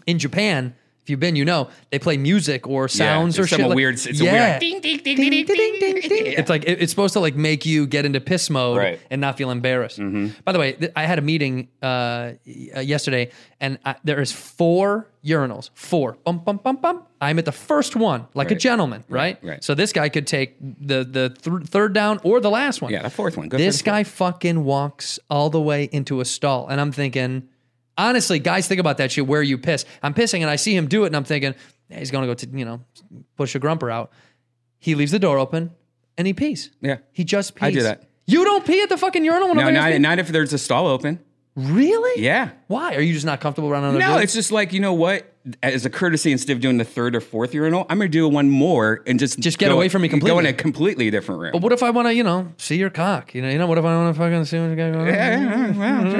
I: in Japan if you've been you know they play music or sounds or
J: it's some
I: shit like-
J: weird- it's a weird ding, ding, ding, ding, ding, ding.
I: it's like it- it's supposed to like make you get into piss mode
J: Right. Mm-hmm.
I: and not feel embarrassed by the way th- I had a meeting uh, y- uh, yesterday and I, there is four urinals four bum bum bum bum I'm at the first one like a
J: Right.
I: gentleman right,
J: right.
I: so this guy could take the the th- third down or the last one
J: Yeah, the fourth one. Go for
I: this
J: the fourth.
I: guy fucking walks all the way into a stall. And I'm thinking, honestly, guys, think about that shit where you piss. I'm pissing and I see him do it and I'm thinking, "Hey, he's going to go to, you know, push a grumper out. He leaves the door open and he pees.
J: Yeah.
I: He just pees.
J: I do that.
I: You don't pee at the fucking urinal when
J: No,
I: I'm
J: not, not if there's a stall open.
I: Really?
J: Yeah.
I: Why? Are you just not comfortable around another
J: No,
I: dude?
J: it's just like you know what. As a courtesy, instead of doing the third or fourth urinal, I'm gonna do one more and just
I: Just get
J: go-
I: away from me
J: Go in
I: completely.
J: a completely different room.
I: But what if I want to, you know, see your cock? You know, you know. What if I want to fucking see what you got going on?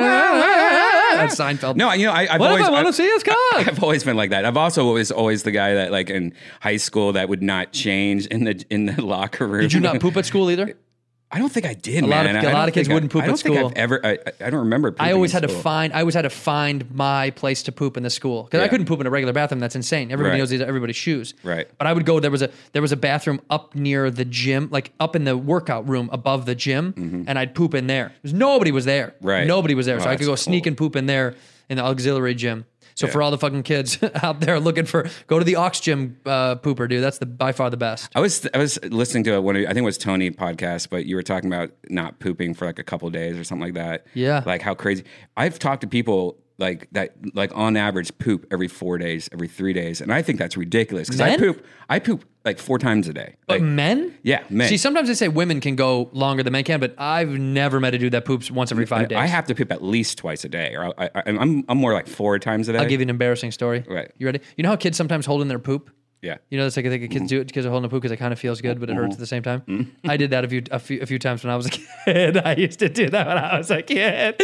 I: That's Seinfeld.
J: No, you know, I, I've
I: What if
J: always
I: I wanna
J: I've-
I: see his cock?
J: I've always been like that. I've also always always the guy that like in high school that would not change in the in the locker room.
I: Did you not poop at school either?
J: I don't think I did.
I: A lot
J: man.
I: of-
J: I
I: a lot
J: don't
I: of kids
J: think I-
I: wouldn't poop
J: I don't
I: at
J: think
I: school.
J: I've ever. I, I- I don't remember.
I: I
J: pooping
I: always
J: in
I: had to
J: school.
I: find. I always had to find my place to poop in the school because I
J: Yeah.
I: couldn't poop in a regular bathroom. That's insane. Everybody
J: Right.
I: knows these are everybody's shoes.
J: Right.
I: But I would go. There was a there was a bathroom up near the gym, like up in the workout room above the gym, and I'd poop in there. There's nobody was there.
J: Mm-hmm. Right.
I: Nobody was there,
J: Oh,
I: so I could
J: that's
I: go sneak
J: cool.
I: and poop in there in the auxiliary gym. So for all the fucking kids out there looking for, go to the aux gym uh, pooper, dude. That's the by far the best.
J: I was I was listening to one of I think it was Tony podcast, but you were talking about not pooping for like a couple days or something like that.
I: Yeah.
J: like how crazy. I've talked to people like that, like on average poop every four days, every three days, and I think that's ridiculous because I
I: Men?
J: poop I poop like four times a day.
I: But
J: Like,
I: men?
J: Yeah, men.
I: See, sometimes they say women can go longer than men can, but I've never met a dude that poops once every five days.
J: I have to poop at least twice a day, or I, I, I'm I'm more like four times a day.
I: I'll give you an embarrassing story.
J: Right.
I: You ready? You know how kids sometimes hold in their poop?
J: yeah. Mm-hmm.
I: You know, it's like I think kids do it. Kids are holding their poop because it kind of feels good, but it hurts at the same time. I did that a few, a few a few times when I was a kid. I used to do that when I was a kid.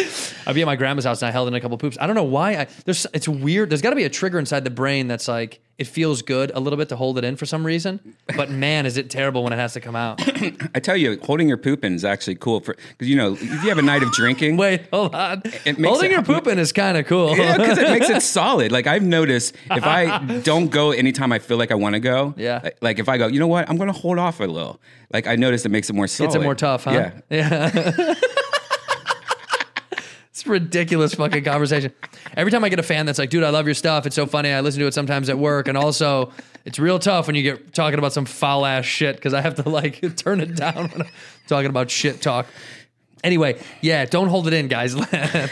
I: I'd be at my grandma's house and I held in a couple poops. I don't know why. I, there's it's weird. There's got to be a trigger inside the brain that's like It feels good a little bit to hold it in for some reason, but man, is it terrible when it has to come out.
J: I tell you, holding your poop in is actually cool for because you know if you have a night of drinking.
I: Wait, hold on.
J: It makes
I: Holding
J: it-
I: your poop in is kind of cool.
J: Yeah, because it makes it solid. Like I've noticed, if I don't go anytime I feel like I want to go,
I: Yeah.
J: Like, like, if I go, you know what, I'm going to hold off a little. Like I noticed, it makes it more solid.
I: It's a more tough, huh?
J: Yeah.
I: it's a ridiculous fucking conversation. Every time I get a fan that's like, dude, I love your stuff. It's so funny. I listen to it sometimes at work. And also, it's real tough when you get talking about some foul ass shit because I have to like turn it down when I'm talking about shit talk. Anyway, yeah, don't hold it in, guys.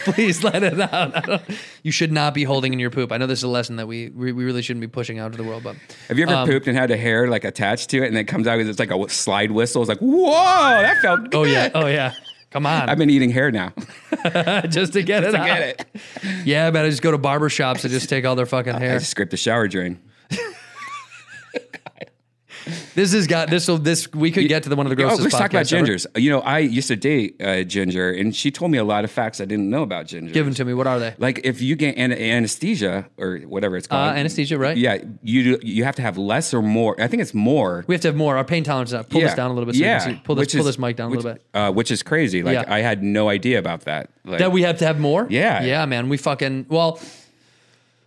I: Please let it out. I don't- you should not be holding in your poop. I know this is a lesson that we we, we really shouldn't be pushing out to the world, but
J: Have you ever
I: um,
J: pooped and had a hair like attached to it, and it comes out because it's like a wh- slide whistle? It's like, whoa, that felt. Good.
I: oh yeah, oh yeah, come on,
J: I've been eating hair now.
I: just to get it, out.
J: Get it?
I: Yeah, but I just go to barber shops and just take all their fucking
J: I
I: hair.
J: just scraped the shower drain.
I: This has got this will this we could get to the one of the
J: Oh,
I: grossest.
J: let's talk about
I: podcasts ever.
J: gingers. You know, I used to date uh, Ginger, and she told me a lot of facts I didn't know about Ginger.
I: Give them to me. What are they?
J: like if you get an- anesthesia or whatever it's called,
I: Uh, anesthesia, right?
J: Yeah, you do, you have to have less or more. I think it's more.
I: We have to have more. Our pain tolerance is up. Pull this down a little bit. So yeah. Can see. Pull this.
J: which
I: pull
J: is-
I: this mic down
J: which,
I: a little bit.
J: uh, which is crazy. Like
I: Yeah.
J: I had no idea about that. Like,
I: That we have to have more.
J: Yeah.
I: Yeah, man. We fucking well.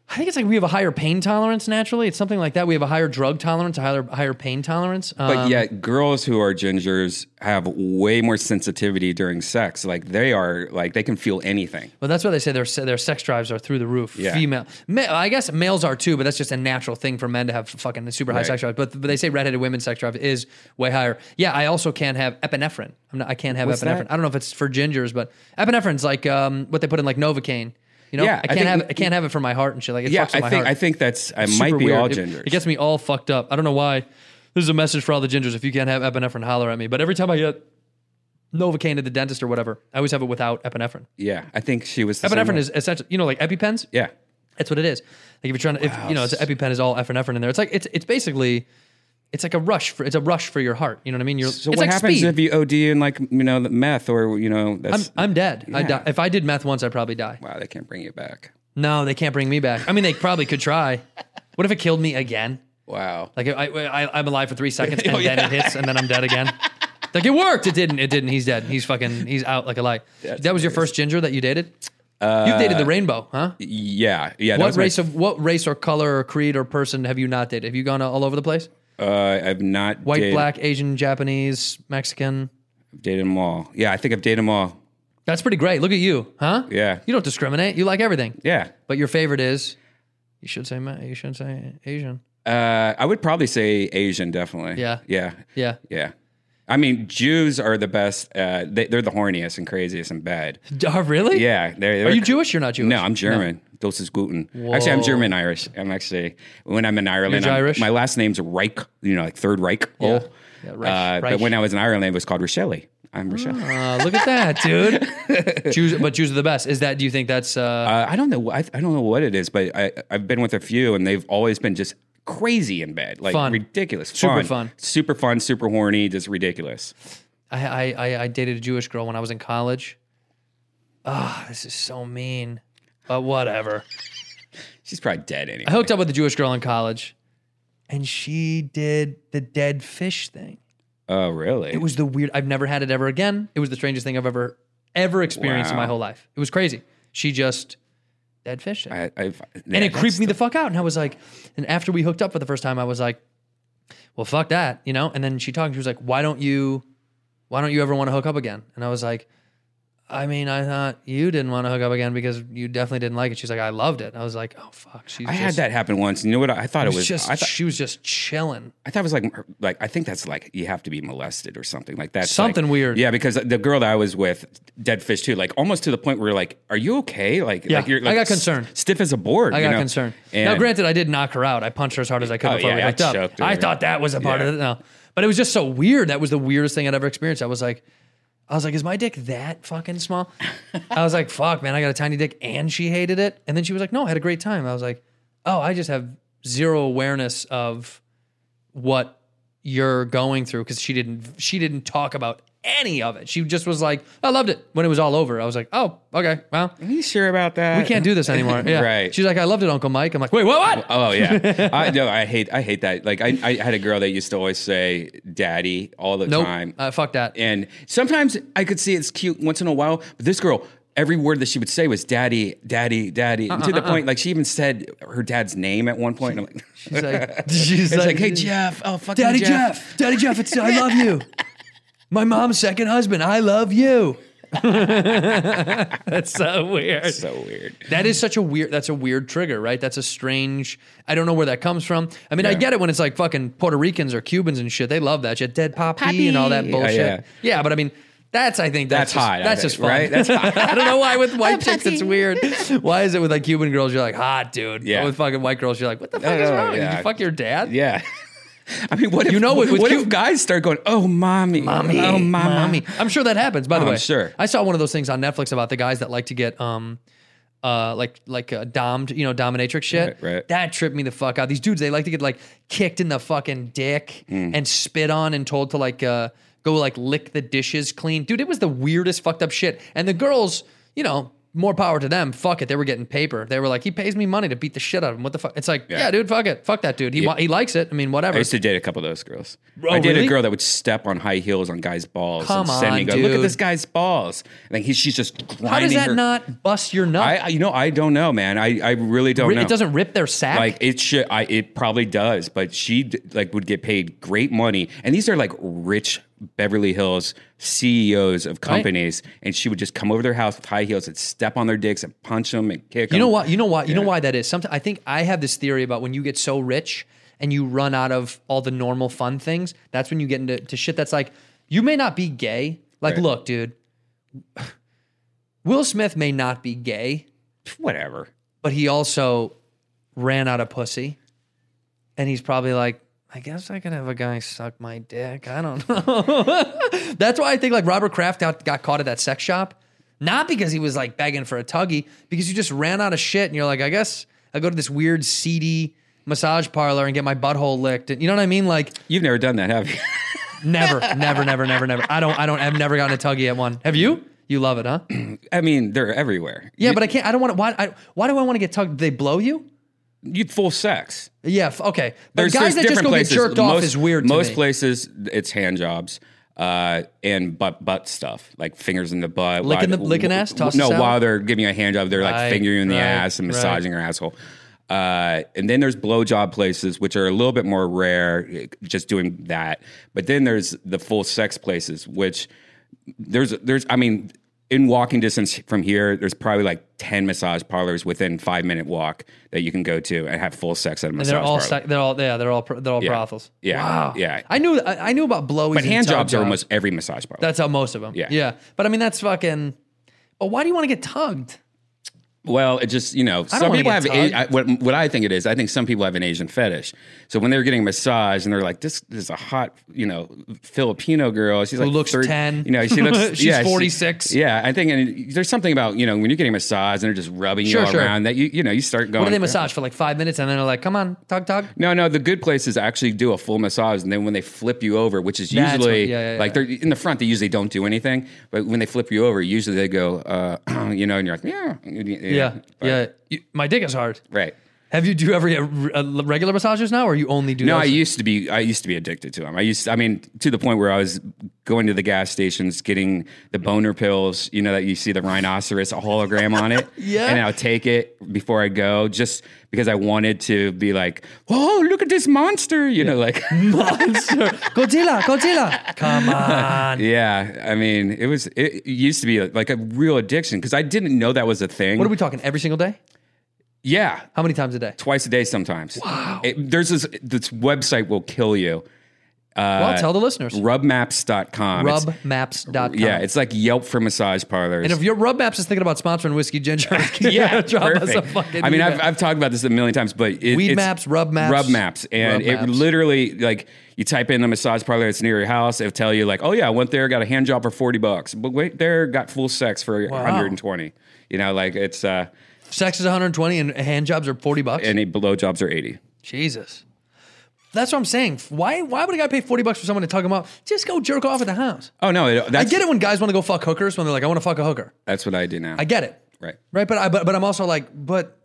I: I think it's like we have a higher pain tolerance naturally. It's something like that. We have a higher drug tolerance, a higher higher pain tolerance.
J: But
I: Um,
J: yet, girls who are gingers have way more sensitivity during sex. Like they are, like they can feel anything.
I: Well, that's why they say their their sex drives are through the roof.
J: Yeah.
I: Female, ma- I guess males are too, but that's just a natural thing for men to have fucking super high
J: Right.
I: sex drive. But, but they say redheaded women's sex drive is way higher. Yeah, I also can't have epinephrine. I'm not, I can't have
J: What's
I: epinephrine.
J: that?
I: I don't know if it's for gingers, but epinephrine's like um, what they put in like novocaine. You know,
J: Yeah,
I: I
J: I
I: can't
J: think-
I: have I can't have it for my heart and shit. Like it
J: Yeah, I
I: fucks with
J: think
I: my heart.
J: I think that's I
I: It's
J: might
I: super
J: be
I: weird.
J: all
I: It-
J: gingers.
I: It, gets me all fucked up. I don't know why. This is a message for all the gingers. If you can't have epinephrine, holler at me. But every time I get novocaine at the dentist or whatever, I always have it without epinephrine.
J: yeah, I think she was. The same
I: Epinephrine
J: way.
I: is essentially, you know, like EpiPens.
J: yeah.
I: That's what it is. Like if you're trying to, if you know, it's an EpiPen is all epinephrine in there. It's like it's it's basically, it's like a rush for it's a rush for your heart. You know what I mean? You're
J: So what
I: it's like
J: happens
I: speed.
J: if you OD and like you know the meth or you know
I: I'm
J: that's
I: I'm dead. I
J: Yeah.
I: die. If I did meth once, I'd probably die.
J: wow they can't bring you back.
I: No, they can't bring me back. I mean, they probably could try. What if it killed me again?
J: Wow.
I: Like I, I I'm alive for three seconds
J: Oh,
I: and then it hits and then I'm dead again. Like it worked. It didn't. It didn't. He's dead. He's fucking. He's out like a light.
J: That's Uh,
I: that was your first ginger that you dated. You've dated the rainbow, huh?
J: yeah, yeah. that
I: What
J: was my-
I: race of what race or color or creed or person have you not dated? Have you gone all over the place?
J: Uh, I've not
I: White,
J: dated,
I: black, Asian, Japanese, Mexican.
J: dated them all. Yeah, I think I've dated them all.
I: That's pretty great. Look at you, huh?
J: Yeah.
I: You don't discriminate. You like everything.
J: Yeah,
I: But your favorite is you should say Me- you should say Asian.
J: uh, I would probably say Asian definitely.
I: Yeah.
J: yeah,
I: Yeah.
J: yeah. I mean, Jews are the best. Uh, they, they're the horniest and craziest and bad.
I: Oh, really?
J: Yeah, they're,
I: Are
J: they're-
I: you Jewish? You're not Jewish.
J: No, I'm German. Dos is gluten. Actually, I'm German Irish. I'm actually when I'm in Ireland,
I: You're
J: I'm-
I: Irish?
J: My last name's Reich. You know, like Third Reich.
I: Yeah.
J: Oh.
I: Yeah, Reich,
J: Uh,
I: Reich.
J: But when I was in Ireland, it was called Rochelle. I'm Rochelle.
I: Uh, look at that, dude. Jews, but Jews are the best. Is that? Do you think that's? Uh,
J: Uh, I don't know. I, I don't know what it is, but I, I've been with a few, and they've always been just crazy in bed, like
I: Fun.
J: ridiculous,
I: Super
J: fun,
I: fun.
J: super fun, super horny, just ridiculous.
I: I, I I I dated a Jewish girl when I was in college. Ah, this is so mean. But whatever.
J: She's probably dead anyway.
I: I hooked up with a Jewish girl in college, and she did the dead fish thing.
J: oh, really?
I: It was the weird. I've never had it ever again. It was the strangest thing I've ever ever experienced in my
J: Wow.
I: whole life. It was crazy. She just dead fish.
J: I, I've,
I: and it creeped me the fuck out. And I was like, and after we hooked up for the first time, I was like, well, fuck that, you know. And then she talked. She was like, why don't you, why don't you ever want to hook up again? And I was like, I mean, I thought you didn't want to hook up again because you definitely didn't like it. She's like, I loved it. I was like, oh fuck. She's
J: I
I: just,
J: had that happen once. You know what? I thought
I: It
J: it
I: was,
J: was.
I: just
J: I, thought,
I: she was just chilling.
J: I thought it was like, like I think that's like you have to be molested or something like that.
I: Something weird.
J: Yeah, because the girl that I was with, dead fish too, like almost to the point where like, are you okay? Like,
I: Yeah,
J: like you're
I: I
J: like
I: got concerned.
J: s- stiff as a board.
I: I
J: you
I: got
J: know?
I: concerned.
J: And
I: now, granted, I did knock her out. I punched her as hard as I could
J: Oh,
I: before
J: yeah,
I: we
J: I
I: hooked up.
J: choked her.
I: I thought that was a part
J: Yeah.
I: of it. No, but it was just so weird. That was the weirdest thing I'd ever experienced. I was like, I was like, is my dick that fucking small? I was like, fuck, man, I got a tiny dick, and she hated it. And then she was like, no, I had a great time. I was like, oh, I just have zero awareness of what you're going through because she didn't she didn't talk about any of it. She just was like, I loved it when it was all over. I was like, oh, okay, well,
J: Are you sure about that?
I: we can't do this anymore. Yeah.
J: Right.
I: She's like, I loved it, Uncle Mike. I'm like, wait, what? what?
J: Oh yeah, I no, I hate I hate that. Like I, I had a girl that used to always say "daddy" all the
I: nope.
J: time,
I: Uh, fuck that.
J: and sometimes I could see it's cute once in a while. But this girl, every word that she would say was "daddy, daddy, daddy," and to the point like she even said her dad's name at one point. and I'm like,
I: She's like, she's
J: it's like, "Hey Jeff, oh fucking
I: Daddy Jeff. Daddy Jeff, it's, I love you. My mom's second husband, I love you. That's so weird.
J: So weird.
I: That is such a weird. That's a weird trigger, right? That's a strange. I don't know where that comes from. I mean, I
J: Yeah.
I: get it when it's like fucking Puerto Ricans or Cubans and shit. They love that shit, dead poppy, and all that
J: Papi. Oh,
I: bullshit.
J: Yeah,
I: Yeah, but I mean, that's I think
J: That's
I: that's just,
J: hot, I
I: That's
J: think,
I: just fun,
J: right? That's hot.
I: I don't know why with white chicks it's weird. Why is it with like Cuban girls you're like hot, dude?
J: Yeah.
I: But with fucking white girls you're like, what the fuck is
J: know,
I: wrong? Did
J: yeah.
I: you fuck your dad?
J: Yeah. I mean, what if
I: You know, with-
J: what,
I: with
J: what
I: cute-
J: if guys start going, "Oh, mommy,
I: mommy,
J: oh, mama. Oh,
I: I'm sure that happens. By the
J: I'm
I: way,
J: sure.
I: I saw one of those things on Netflix about the guys that like to get um, uh, like like uh, domed, you know, dominatrix shit.
J: Right, right.
I: That tripped me the fuck out. These dudes, they like to get like kicked in the fucking dick
J: Hmm.
I: and spit on and told to like uh, go like lick the dishes clean. Dude, it was the weirdest fucked up shit. And the girls, you know. More power to them. Fuck it. They were getting paper. They were like, he pays me money to beat the shit out of him. What the fuck? It's like, yeah, dude, fuck it. Fuck that dude. He, wa- he likes it. I mean, whatever.
J: I used to date a couple of those girls.
I: Oh,
J: I dated
I: really?
J: a girl that would step on high heels on guys' balls
I: Come
J: and send me
I: on,
J: go, look at
I: dude.
J: this guy's balls. And like he, she's just grinding.
I: How does that
J: her-
I: not bust your nut?
J: I, I- you know, I don't know, man. I, I really don't
I: Ri-
J: know.
I: It doesn't rip their sack.
J: Oh, Like it should. I it probably does, but she d- like would get paid great money, and these are like rich Beverly Hills CEOs of companies, and she would just come over their house with high heels and step on their dicks and punch them and kick
I: you
J: them.
I: know what? You know what? You know why that is. Sometimes I think I have this theory about when you get so rich and you run out of all the normal fun things. That's when you get into to shit that's like you may not be gay. Like,
J: Right.
I: look, dude, Will Smith may not be gay,
J: Whatever.
I: but he also ran out of pussy, and he's probably like. I guess I could have a guy suck my dick. I don't know. That's why I think like Robert Kraft got, got caught at that sex shop, not because he was like begging for a tuggy, because you just ran out of shit and you're like, I guess I go to this weird seedy massage parlor and get my butthole licked. And you know what I mean? Like
J: You've never done that, have you?
I: never, never, never, never, never. I don't, I don't, I've never gotten a tuggy at one. Have you? You love it, huh?
J: I mean, they're everywhere.
I: Yeah, but I can't. I don't want to. Why? I, why do I want to get tugged? Do they blow you?
J: You full sex.
I: Yeah. f- Okay. But guys that just
J: different
I: go get jerked
J: most,
I: off is weird. To
J: Most
I: me.
J: places, it's hand jobs uh, and butt butt stuff, like fingers in the butt,
I: Licking
J: while-
I: the- licking ass, toss
J: No,
I: us out?
J: while they're giving you a hand job, they're
I: Right,
J: like fingering you in the
I: right,
J: ass and
I: right.
J: massaging your asshole. Uh, and then there's blowjob places, which are a little bit more rare, just doing that. But then there's the full sex places, which there's there's I mean in walking distance from here there's probably like 10 massage parlors within 5 minute walk that you can go to and have full sex at a
I: And
J: massage
I: they're all
J: parlor.
I: sec- they're all yeah they're all pr- they're all
J: Yeah.
I: brothels.
J: Yeah.
I: Wow.
J: Yeah.
I: I knew I, I knew about blowies.
J: but
I: and
J: hand
I: tub
J: jobs are
I: jobs.
J: almost every massage parlor.
I: That's how most of them.
J: Yeah.
I: Yeah. But I mean, that's fucking. But why do you want to get tugged?
J: well, it just you know
I: don't
J: some
I: wanna
J: people
I: get
J: have a,
I: tugged.
J: I, what, what I think it is. I think some people have an Asian fetish. So when they're getting a massage and they're like, "This, this is a hot you know Filipino girl," she's like
I: looks 10.
J: You know, she looks
I: She's
J: yeah, she-
I: 46.
J: yeah, I think and there's something about you know when you're getting a massage and they're just rubbing
I: Sure,
J: you all
I: sure.
J: around that you you know you start going.
I: What do they massage for like five minutes and then they're like, come on, tug, tug?
J: No, no, the good places actually do a full massage, and then when they flip you over, which is
I: That's
J: usually
I: what- yeah, yeah,
J: like
I: yeah.
J: they're in the front, they usually don't do anything, but when they flip you over, usually they go, uh, you know, and you're like, yeah,
I: Yeah.
J: yeah,
I: Yeah. You- my dick is hard.
J: right.
I: Have you, do you ever get re- uh, regular massages now or you only do
J: No,
I: those?
J: I used to be, I used to be addicted to them. I used, I mean, to the point where I was going to the gas stations, getting the boner pills, you know, that you see the rhinoceros a hologram on it,
I: Yeah.
J: and I'll take it before I go, just because I wanted to be like, whoa, look at this monster, you know, like.
I: Monster. Godzilla, Godzilla. Come on.
J: Yeah, I mean, it was it, it used to be like a real addiction because I didn't know that was a thing.
I: What are we talking? Every single day?
J: Yeah,
I: How many times a day?
J: twice a day sometimes. Wow. there's this this website will kill you.
I: well, tell the listeners.
J: Rubmaps.com. Uh, It's-
I: Rubmaps.com.
J: yeah, it's like Yelp for massage parlers.
I: and if your Rub Maps is thinking about sponsoring Whiskey Ginger,
J: yeah,
I: drop us a
J: perfect.
I: fucking
J: I mean, I've,
I: email.
J: I've talked about this a million times, but it,
I: Weed
J: it's-
I: maps, rub maps.
J: rub maps, and
I: Rub
J: it
I: maps.
J: literally like you type in the massage parlor that's near your house, it'll tell you like, oh yeah, I went there, got a hand job for forty bucks, but wait there, got full sex for
I: Wow.
J: one hundred and twenty. You know, like it's uh,
I: Sex is 120 and hand jobs are 40 bucks.
J: and blow blowjobs are eighty.
I: Jesus. That's what I'm saying. Why why would a guy pay 40 bucks for someone to tug him up? Just go jerk off at the house.
J: Oh no, it-
I: I
J: that's,
I: get it when guys want to go fuck hookers when they're like, I want to fuck a hooker.
J: That's what I do now.
I: I get it.
J: Right.
I: Right. But I but, but I'm also like, but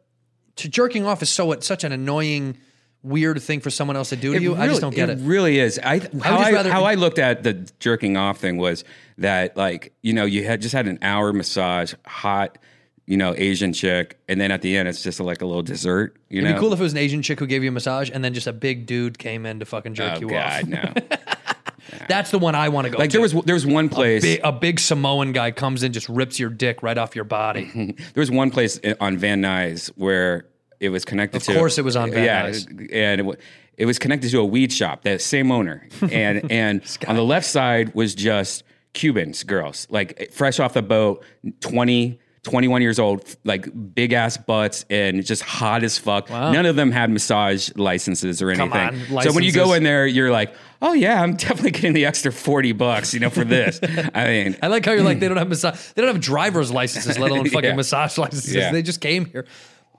I: to jerking off is so such an annoying, weird thing for someone else to do to you. I
J: really-
I: just don't get it.
J: really is. I how
I: just
J: I,
I: rather-
J: how I looked at the jerking off thing was that like you know you had just had an hour massage, hot you know Asian chick, and then at the end it's just like a little dessert. You
I: It'd
J: know,
I: be cool if it was an Asian chick who gave you a massage and then just a big dude came in to fucking jerk
J: oh
I: you
J: god,
I: off.
J: no.
I: That's the one I want to go
J: Like
I: to.
J: there was there was one place
I: Big- a big Samoan guy comes in, just rips your dick right off your body.
J: there was one place i- on Van Nuys where it was connected
I: Of
J: to.
I: course it was on Van
J: yeah,
I: Nuys.
J: and it, wa- it was connected to a weed shop. That same owner, and and on the left side was just Cubans, girls, like eh, fresh off the boat, 20, 21 years old, f- like big ass butts and just hot as fuck. None of them had massage licenses or
I: Come
J: anything.
I: on,
J: so when you go
I: licenses.
J: in there, you're like, oh yeah, I'm definitely getting the extra forty bucks, you know, for this. I mean,
I: I like how you're like they don't have massage, they don't have driver's licenses, let alone fucking
J: Yeah.
I: massage licenses.
J: Yeah.
I: They just came here.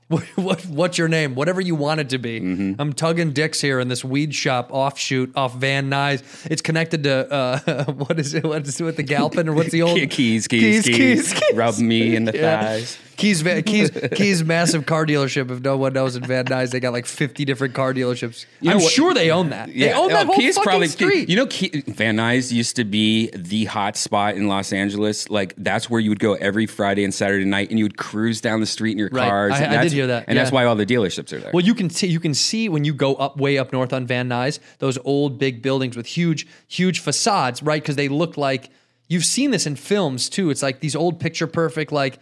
I: What, what what's your name? Whatever you want it to be.
J: Mm-hmm.
I: I'm tugging dicks here in this weed shop offshoot off Van Nuys. It's connected to uh, what is it? What is it with the Galpin or what's the old
J: keys, keys, keys, Rub me in the
I: Yeah.
J: thighs.
I: Keys, Va- Keys, Keys, massive car dealership. If no one knows in Van Nuys, they got like 50 different car dealerships.
J: You
I: I'm
J: know what-
I: sure they own that. They own that
J: oh,
I: whole
J: Key is
I: fucking
J: probably-
I: street.
J: You know, Key, Van Nuys used to be the hot spot in Los Angeles. Like that's where you would go every Friday and Saturday night, and you would cruise down the street in your
I: Right.
J: cars.
I: I-
J: and
I: I did
J: that's-
I: hear that,
J: and that's
I: yeah.
J: why all the dealerships are there.
I: Well, you can see you can see when you go up way up north on Van Nuys those old big buildings with huge huge facades, right? Because they look like you've seen this in films too. It's like these old picture perfect like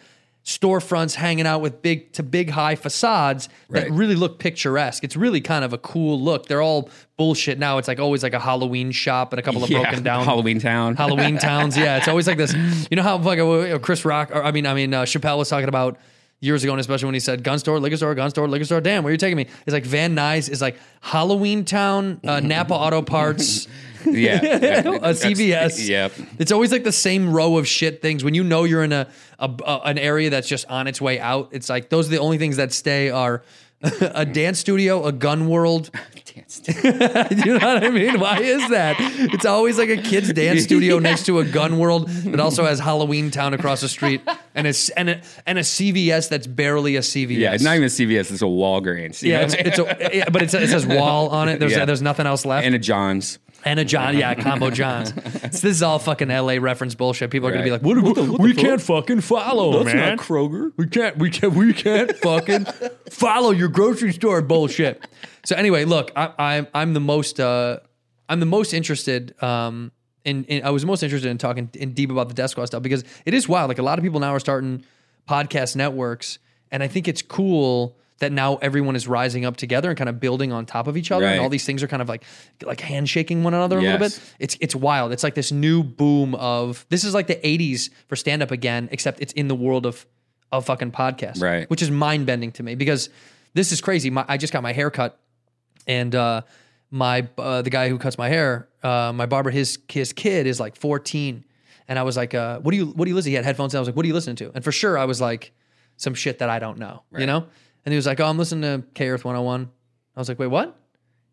I: storefronts hanging out with big to big high facades that
J: Right.
I: really look picturesque. It's really kind of a cool look. They're all bullshit now. It's like always like a Halloween shop and a couple of
J: Yeah,
I: broken down
J: Halloween Town.
I: Halloween towns. Yeah, it's always like this. You know how fucking Chris Rock, or I mean, I mean uh, Chappelle was talking about years ago, and especially when he said gun store, liquor store, gun store, liquor store. Damn, where you taking me? It's like Van Nuys is like Halloween Town, uh, Napa Auto Parts. uh,
J: yeah,
I: a
J: yeah.
I: CVS.
J: Yep.
I: It's always like the same row of shit things. When you know you're in a, a, a- an area that's just on its way out, it's like those are the only things that stay are a dance studio, a gun world. you know what I mean? Why is that? It's always like a kid's dance studio next to a gun world that also has Halloween Town across the street and a, s- and a, and a CVS that's barely a CVS.
J: Yeah, it's not even a CVS. It's a Walgreens. you
I: Yeah,
J: know?
I: it's, it's a, yeah, but it's, it says wall on it. There's
J: Yeah.
I: there's nothing else left.
J: and a John's.
I: And a John, yeah, combo Johns. So this is all fucking LA reference bullshit. People are gonna be like,
J: Right.
I: "What? do- we can't fucking follow,
J: That's
I: Oh, man.
J: not Kroger.
I: We can't. We can't. We can't fucking follow your grocery store bullshit." So anyway, look, I, I'm I'm the most uh, I'm the most interested. Um, in, in I was most interested in talking in deep about the death squad stuff because it is wild. Like a lot of people now are starting podcast networks, and I think it's cool that now everyone is rising up together and kind of building on top of each other, and
J: Right.
I: all these things are kind of like like handshaking one another a little
J: Yes.
I: bit. It's it's wild. It's like this new boom of this is like the '80s for stand up again, except it's in the world of of fucking podcasts,
J: Right.
I: Which is mind bending to me because this is crazy. My, I just got my hair cut, and uh, my uh, the guy who cuts my hair, uh, my barber, his his kid is like 14, and I was like, uh, "What do you what do you listen?" He had headphones, and I was like, "What are you listening to?" And for sure, I was like, "Some shit that I don't know," you know. And he was like, "Oh, I'm listening to K Earth 101." I was like, "Wait, what?"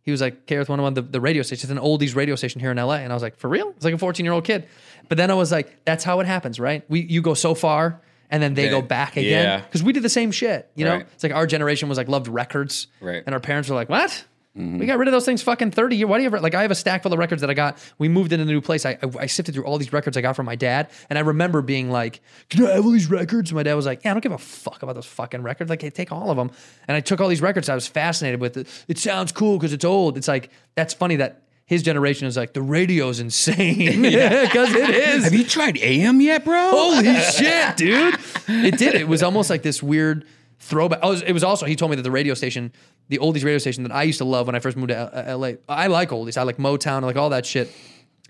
I: he was like, KRS 101, the, the radio station. It's an oldies radio station here in LA. And I was like, for real? It's like a 14 year old kid. But then I was like, that's how it happens, right? We You go so far and then they
J: Then-
I: go back again.
J: yeah.
I: Because we did the same shit, you know?
J: Right.
I: It's like our generation was like, loved records.
J: Right.
I: And our parents were like, what? We got rid of those things fucking 30 years. Why do you ever, like, I have a stack full of records that I got. We moved into a new place. I, I, I sifted through all these records I got from my dad. And I remember being like, can I have all these records? And my dad was like, yeah, I don't give a fuck about those fucking records. Like, hey, take all of them. And I took all these records. I was fascinated with it. It sounds cool because it's old. It's like, that's funny that his generation is like, the radio's insane. Because it is.
J: Have you tried AM yet, bro?
I: Holy shit, dude. It did. It was almost like this weird throwback. Oh, it was also, he told me that the radio station, the oldies radio station that I used to love when I first moved to L- LA, I like oldies. I like Motown, I like all that shit.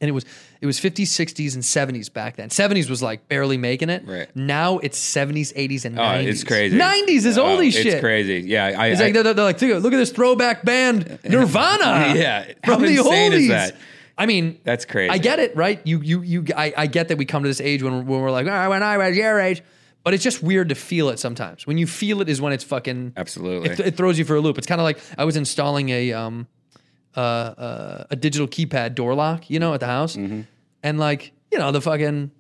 I: And it was it was 50s, 60s, and 70s back then. 70s was like barely making it.
J: Right.
I: Now it's 70s, 80s, and 90s.
J: Oh, it's crazy.
I: 90s is
J: Oh,
I: oldies shit.
J: It's crazy. Yeah, I,
I: It's
J: I-
I: like they're, they're like, "Dude, look at this throwback band, Nirvana.
J: Yeah.
I: from
J: How
I: the
J: insane is
I: oldies.
J: that?
I: I mean,
J: That's crazy.
I: I get it, right? You, you, you. I, I get that we come to this age when we're, when we're like, "Ah, when I was your age, but it's just weird to feel it sometimes. When you feel it is when it's fucking
J: Absolutely.
I: It, it throws you for a loop. It's kind of like I was installing a um uh, uh, a digital keypad door lock, you know, at the house, and like you know the fucking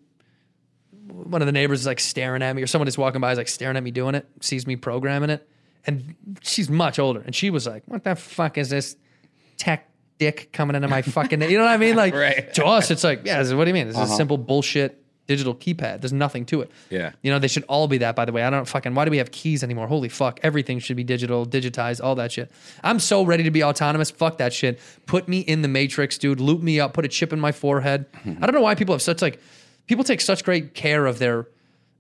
I: one of the neighbors is like staring at me, or someone is walking by is like staring at me doing it, sees me programming it, and she's much older, and she was like, "What the fuck is this tech dick coming into my fucking?" You know what I mean? Like
J: Right.
I: to us, it's like, yeah, this is- what do you mean? This is a simple bullshit digital keypad. There's nothing to it.
J: Uh-huh. Yeah.
I: You know, they should all be that, by the way. I don't fucking, why do we have keys anymore? Holy fuck. Everything should be digital, digitized, all that shit. I'm so ready to be autonomous. Fuck that shit. Put me in the matrix, dude. Loop me up. Put a chip in my forehead.
J: Mm-hmm.
I: I don't know why people have such, like, people take such great care of their,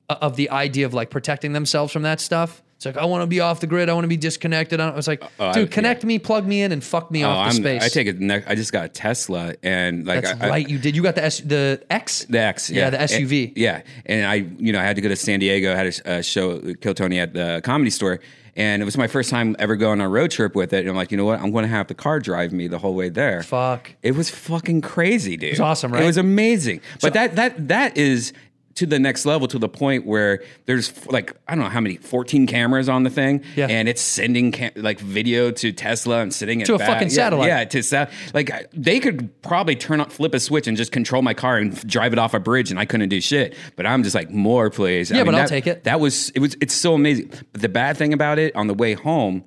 I: uh, of the idea of like protecting themselves from that stuff. It's like, I want to be off the grid. I want to be disconnected. I was like,
J: Uh, oh, I-
I: dude, connect me, plug me in, and fuck me
J: Oh,
I: off
J: I'm,
I: the space.
J: I take it. ne- I just got a Tesla, and like
I: That's
J: I, I-
I: right. you did. You got the S, the X,
J: the X, yeah,
I: the SUV.
J: And- yeah, and I, you know, I had to go to San Diego. I had a sh- a show, Kill Tony, at the Comedy Store, and it was my first time ever going on a road trip with it. And I'm like, you know what? I'm going to have the car drive me the whole way there.
I: Fuck.
J: It was fucking crazy, dude. It
I: was awesome, right?
J: It was amazing. But that that that is to the next level to the point where there's f- like I don't know how many 14 cameras on the thing
I: Yeah.
J: and it's sending cam- like video to Tesla and sitting it
I: To a
J: back.
I: fucking
J: Yeah,
I: satellite.
J: Yeah, to sat- like I- they could probably turn on flip a switch and just control my car and f- drive it off a bridge and I couldn't do shit. But I'm just like more please. I
I: Yeah, but I'll
J: that-
I: take it.
J: That was it was it's so amazing. But the bad thing about it on the way home,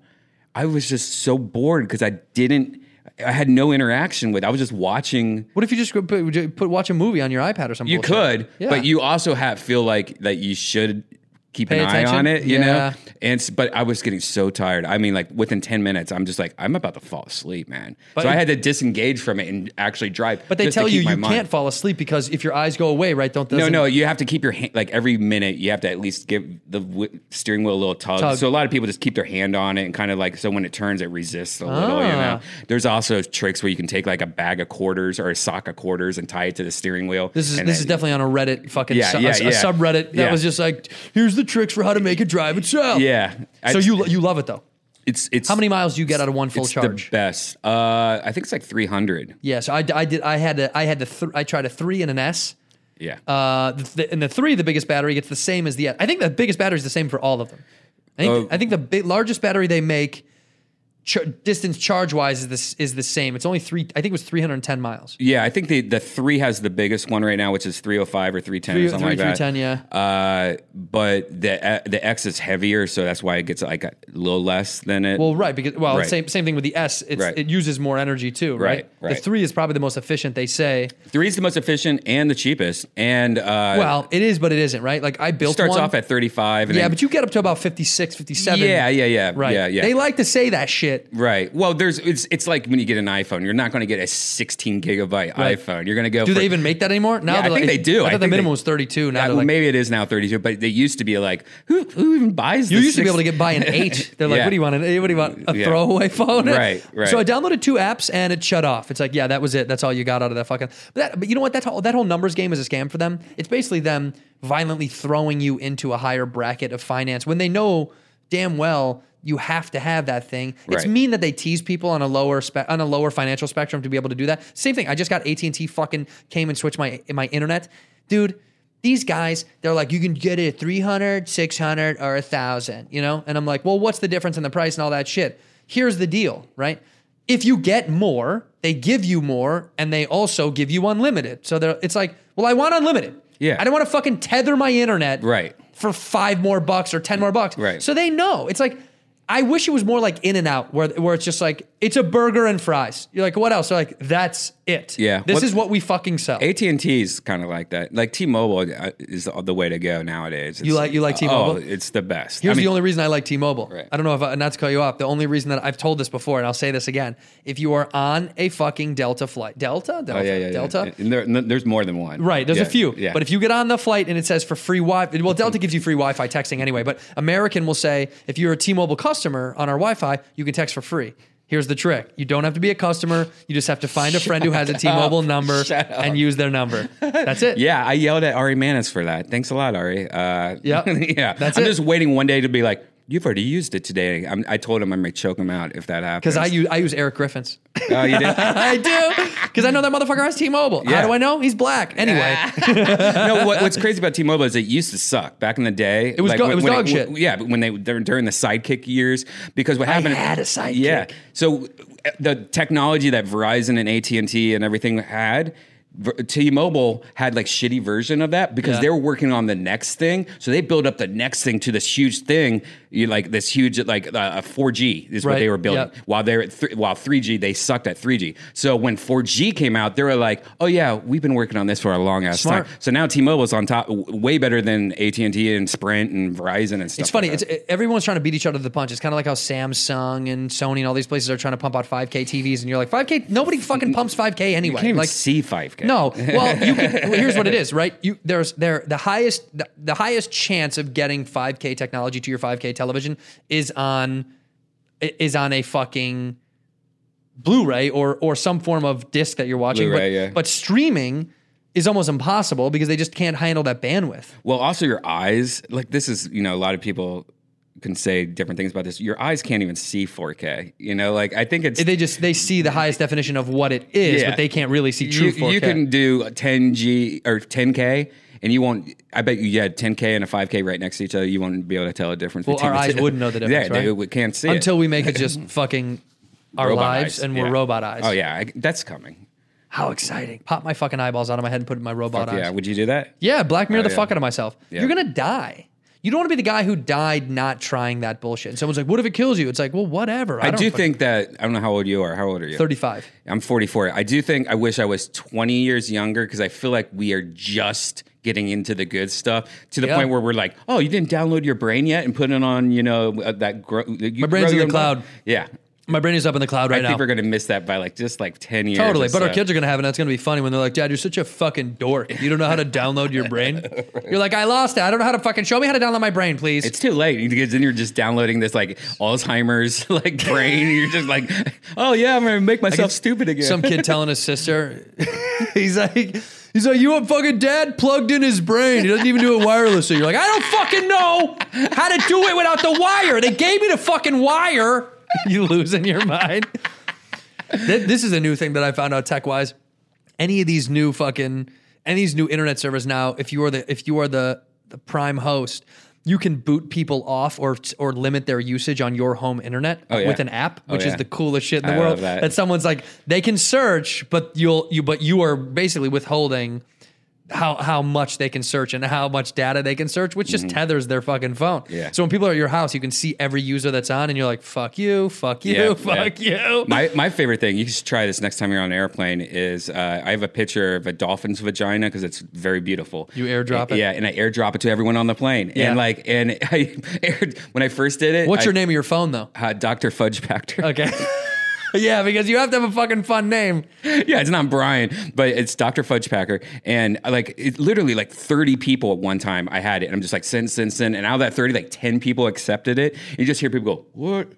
J: I was just so bored because I didn't I had no interaction with. I was just watching
I: What if you just put, put watch a movie on your iPad or something?
J: you could, but you also have feel like that you should keep
I: Pay
J: an
I: attention?
J: eye on it, you
I: Yeah.
J: know. And s- but I was getting so tired. I mean, like within ten minutes, I'm just like I'm about to fall asleep, man.
I: But-
J: so I had to disengage from it and actually drive.
I: But they
J: just to
I: tell you
J: keep my
I: you
J: mind.
I: can't fall asleep because if your eyes go away, right? Don't
J: No,
I: doesn't-
J: no, you have to keep your hand like every minute. You have to at least give the w- steering wheel a little tug.
I: Tug.
J: So a lot of people just keep their hand on it and kind of like so when it turns, it resists a little. You know,
I: Ah.
J: there's also tricks where you can take like a bag of quarters or a sock of quarters and tie it to the steering wheel.
I: This is
J: and
I: this
J: then-
I: is definitely on a Reddit fucking
J: Yeah,
I: su- a-
J: yeah,
I: a,
J: yeah.
I: subreddit that
J: Yeah.
I: was just like, here's the tricks for how to make it drive itself.
J: yeah. I-
I: So you lo- you love it though.
J: It's it's
I: How many miles do you get out of one full
J: it's
I: charge?
J: The best. Uh, I think it's like three hundred.
I: yeah. So I, d- I did I had a, I had the th- I tried a three and an S.
J: Yeah.
I: Uh, the, th- and the three, the biggest battery gets the same as the. I think the biggest battery is the same for all of them. I think,
J: Oh.
I: I think the big, largest battery they make, char- distance charge wise, is this is the same. It's only three. I think it was three hundred and ten miles.
J: yeah, I think the, the three has the biggest one right now, which is 305 or 310
I: Three-
J: or something
I: three-
J: like that.
I: 310, yeah.
J: Uh, but the uh, the X is heavier, so that's why it gets like a little less than it.
I: Well, right, because well,
J: Right.
I: same same thing with the S. It's,
J: Right.
I: It uses more energy too, right?
J: Right,
I: The
J: right.
I: three is probably the most efficient. They say.
J: three is the most efficient and the cheapest, and uh,
I: well, it is, but it isn't, right? Like I built
J: starts
I: one.
J: off at 35. And
I: yeah,
J: then-
I: but you get up to about 56, 57.
J: Yeah, yeah, yeah,
I: Right.
J: yeah, yeah.
I: They like to say that shit.
J: Right. Well, there's it's it's like when you get an iPhone, you're not going to get a 16 gigabyte
I: Right.
J: iPhone. You're going to go.
I: Do
J: for,
I: they even make that anymore? Now
J: Yeah, I
I: they're
J: think
I: like-
J: they do.
I: I
J: I
I: thought the
J: think they-
I: minimum was thirty-two. Now
J: Yeah,
I: they're
J: well,
I: like,
J: maybe it is now 32, but they used to be like, who, who even buys
I: You
J: the
I: used to be
J: six-
I: able to get by an eight. They're like,
J: Yeah.
I: what do you want? An eight? What do you want? A
J: Yeah.
I: throwaway phone?
J: Right, right.
I: So I downloaded two apps and it shut off. It's like, yeah, that was it. That's all you got out of that fucking. But, that, but you know what? That whole, that whole numbers game is a scam for them. It's basically them violently throwing you into a higher bracket of finance when they know damn well you have to have that thing. It's
J: Right.
I: mean that they tease people on a lower spe- on a lower financial spectrum to be able to do that. Same thing. I just got AT and T. Fucking came and switched my my internet, dude these guys, they're like, you can get it at 300, 600, or 1,000, you know? And I'm like, well, what's the difference in the price and all that shit? Here's the deal, right? If you get more, they give you more and they also give you unlimited. So they're, it's like, well, I want unlimited.
J: Yeah.
I: I don't want to fucking tether my internet
J: Right.
I: for five more bucks or 10 more bucks.
J: Right.
I: So they know. It's like, I wish it was more like In and Out, where, where it's just like, it's a burger and fries. You're like, what else? They're like, that's it.
J: Yeah.
I: This
J: What-
I: is what we fucking sell.
J: AT&T is kind of like that. Like T-Mobile uh, is the- the way to go nowadays. It's-
I: like- you like T-Mobile?
J: Oh, it's the best. I
I: Here's
J: mean,
I: the only reason I like T-Mobile.
J: Right.
I: I don't know if I, not to cut you off. The only reason that I've told this before, and I'll say this again: if you are on a fucking Delta flight, Delta, Delta,
J: Oh, yeah, yeah, yeah.
I: Delta,
J: And there- and there's more than one.
I: Right, there's
J: Yeah,
I: a few.
J: Yeah.
I: But if you get on the flight and it says for free Wi-Fi, well, Delta gives you free Wi-Fi texting anyway. But American will say if you're a T-Mobile customer on our Wi-Fi, you can text for free. Here's the trick: you don't have to be a customer. You just have to find a friend who has a T-Mobile number
J: Shut up.
I: and use their number. That's it.
J: Yeah, I yelled at Ari Manis for that. Thanks a lot, Ari. Uh,
I: Yep.
J: yeah.
I: That's
J: I'm
I: it.
J: just waiting one day to be like, you've already used it today. I'm, I told him I might choke him out if that happens.
I: Because I use I use Eric Griffin's.
J: Oh, you did?
I: I do because I know that motherfucker has T-Mobile.
J: Yeah.
I: How do I know? He's black. Anyway,
J: no, what, what's crazy about T-Mobile is it used to suck back in the day.
I: It was go-
J: when-
I: it was
J: when
I: dog shit.
J: yeah, but when they during during the sidekick years, because what happened?
I: had a Sidekick.
J: Yeah, so uh, the technology that Verizon and AT and T and everything had. Ver- T-Mobile had like shitty version of that because
I: Yeah.
J: they were working on the next thing, so they built up the next thing to this huge thing, you like this huge like uh, 4G is
I: Right,
J: what they were building.
I: yeah.
J: While they were at th- while 3G, they sucked at 3G. So when 4G came out, they were like, "Oh yeah, we've been working on this for a long ass
I: Smart.
J: time." So now T-Mobile's on top, w- way better than AT and T and Sprint and Verizon and stuff.
I: It's funny.
J: like
I: It's, e,
J: that.
I: everyone's trying to beat each other to the punch. It's kind of like how Samsung and Sony and all these places are trying to pump out 5K TVs, and you're like, 5K. Nobody fucking pumps 5K anyway.
J: you can't even
I: like,
J: see 5K.
I: No. Well, you can, well, here's what it is, right? You there's there the highest the, the highest chance of getting 5K technology to your 5K television is on i- is on a fucking Blu-ray or or some form of disc that you're watching.
J: Blu-ray,
I: but,
J: yeah.
I: but streaming is almost impossible because they just can't handle that bandwidth.
J: Well, also your eyes. Like this is, you know, a lot of people can say different things about this. Your eyes can't even see 4K. You know, like I think it's
I: They just they see the highest definition of what it is,
J: Yeah.
I: but they can't really see true
J: you,
I: 4K.
J: you can do 10G or 10K. And you won't. I bet you, yeah, 10k and a 5k right next to each other. You won't be able to tell the difference.
I: well,
J: between
I: our
J: the
I: eyes
J: two.
I: wouldn't know the difference,
J: Yeah,
I: right?
J: they, we can't see it.
I: until we make it just fucking our
J: Robot
I: lives,
J: eyes,
I: and we're
J: yeah.
I: robot eyes.
J: Oh yeah, I, that's coming.
I: How exciting. Pop my fucking eyeballs out of my head and put it in my robot
J: Fuck
I: eyes.
J: yeah, would you do that?
I: Yeah, Black Mirror
J: Oh,
I: the
J: yeah.
I: fuck out of myself.
J: Yeah.
I: You're gonna die. You don't want to be the guy who died not trying that bullshit. And someone's like, "What if it kills you?" It's like, well, whatever.
J: I,
I: don't
J: do
I: fucking-
J: think that I don't know how old you are. How old are you?
I: 35.
J: I'm 44. I do think I wish I was 20 years younger because I feel like we are just getting into the good stuff to the
I: Yeah.
J: point where we're like, oh, you didn't download your brain yet and put it on, you know, uh, that grow. My
I: brain's in the cloud.
J: Yeah.
I: My brain is up in the cloud right
J: I
I: now.
J: think we're gonna miss that by like just like 10 years.
I: Totally,
J: or
I: but our
J: so.
I: kids are gonna have it. and That's gonna be funny when they're like, "Dad, you're such a fucking dork. You don't know how to download your brain." You're like, "I lost it. I don't know how to fucking show me how to download my brain, please."
J: It's too late because then you're just downloading this like Alzheimer's like brain. and you're just like, oh yeah, I'm gonna make myself stupid again.
I: Some kid telling his sister, he's like, he's like, you want fucking dad plugged in his brain. He doesn't even do it wirelessly. You're like, I don't fucking know how to do it without the wire. They gave me the fucking wire. You losing your mind. Th- This is a new thing that I found out tech wise. Any of these new fucking any of these new internet servers now, if you are the if you are the the prime host, you can boot people off or or limit their usage on your home internet
J: Oh, yeah.
I: with an app,
J: Oh,
I: which is
J: yeah.
I: the coolest shit in the
J: I
I: world.
J: love that.
I: That's someone's like they can search, but you'll you but you are basically withholding how how much they can search and how much data they can search, which just tethers their fucking phone.
J: Mm-hmm. Yeah.
I: So when people are at your house, you can see every user that's on, and you're like, "Fuck you, fuck you,
J: Yeah,
I: fuck
J: yeah.
I: you."
J: My my favorite thing you should try this next time you're on an airplane is uh, I have a picture of a dolphin's vagina because it's very beautiful.
I: You airdrop it?
J: yeah, and I airdrop it to everyone on the plane.
I: Yeah.
J: And like, and I aired, when I first did it.
I: What's
J: I-
I: your name of your phone though?
J: Uh, Doctor Fudge Factor.
I: Okay. yeah, because you have to have a fucking fun name.
J: yeah, it's not Brian, but it's Dr. Fudge Packer. And uh, like, it, literally, like 30 people at one time I had it. And I'm just like, send, send, send. And out of that 30, like 10 people accepted it. You just hear people go, what?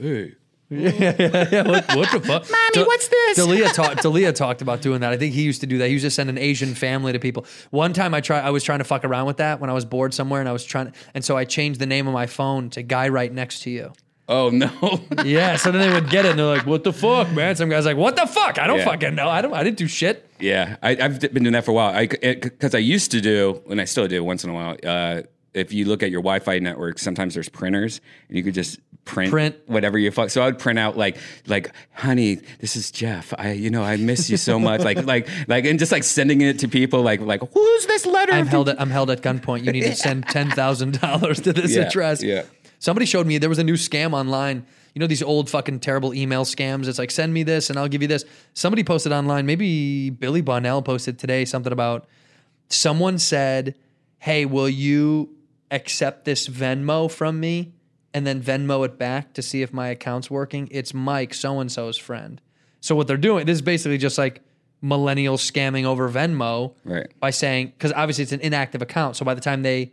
J: Hey.
I: What, what the fuck? Mommy,
J: what's this?
I: Dalia, talk, Dalia talked about doing that. I think he used to do that. He used to send an Asian family to people. One time I try, I was trying to fuck around with that when I was bored somewhere and I was trying, and so I changed the name of my phone to Guy Right Next to You.
J: Oh, no.
I: Yeah, so then they would get it and they're like, what the fuck, man? Some guy's like, what the fuck? I don't
J: Yeah.
I: fucking know. I, don't, I didn't do shit.
J: Yeah, I, I've d- been doing that for a while. I because I used to do, and I still do once in a while. Uh, if you look at your Wi-Fi network, sometimes there's printers, and you could just print,
I: Print.
J: whatever you fuck. So I would print out like like, honey, this is Jeff. I you know I miss you so much. like like like, and just like sending it to people. Like like, who's this letter?
I: I'm held at I'm held at gunpoint. You need to send ten thousand dollars to this
J: Yeah,
I: address.
J: yeah.
I: Somebody showed me there was a new scam online. You know these old fucking terrible email scams. It's like send me this and I'll give you this. Somebody posted online. Maybe Billy Bonnell posted today something about someone said, "Hey, will you accept this Venmo from me?" And then Venmo it back to see if my account's working. It's Mike, so and so's friend. So what they're doing, this is basically just like millennials scamming over Venmo
J: Right.
I: by saying because obviously it's an inactive account. So by the time they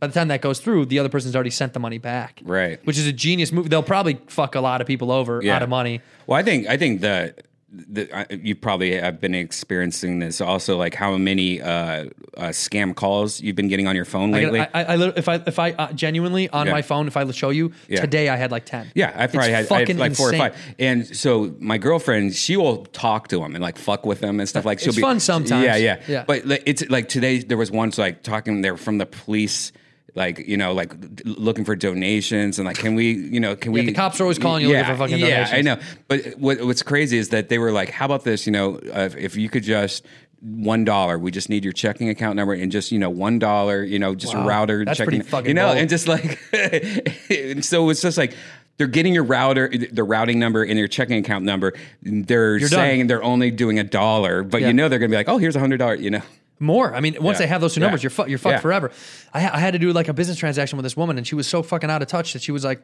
I: by the time that goes through, the other person's already sent the money back.
J: Right.
I: Which is a genius move. They'll probably fuck a lot of people over
J: Yeah.
I: out of money.
J: Well, I think I think the the, I, you probably have been experiencing this also, like how many uh, uh, scam calls you've been getting on your phone
I: I,
J: lately.
I: I, I, lit- if I if I uh, genuinely on
J: Yeah.
I: my phone, if I show you
J: Yeah.
I: today, I had like ten.
J: Yeah, I
I: It's
J: probably had, I had
I: fucking
J: like four or
I: insane.
J: five. And so my girlfriend, she will talk to him and like fuck with him and stuff like. She'll
I: It's
J: be
I: fun sometimes.
J: Yeah, yeah,
I: Yeah.
J: But like, it's like today there was once like talking. They're from the police. Like you know, like d- looking for donations and like, can we, you know, can
I: Yeah,
J: we?
I: the cops are always calling you looking for fucking
J: yeah,
I: donations.
J: I know. But what, what's crazy is that they were like, how about this? You know, uh, if, if you could just one dollar, we just need your checking account number and just you know one dollar, you know, just a
I: Wow.
J: router
I: That's
J: checking,
I: pretty fucking
J: you know,
I: bold.
J: and just like, and so it's just like they're getting your router, the routing number, and your checking account number. They're
I: You're done.
J: saying they're only doing a dollar, but
I: Yeah.
J: you know they're gonna be like, oh, here's a hundred dollar, you know.
I: More. I mean, once
J: Yeah.
I: they have those two
J: Yeah.
I: numbers, you're fu- you're fucked
J: Yeah.
I: forever. I, ha- I had to do like a business transaction with this woman, and she was so fucking out of touch that she was like,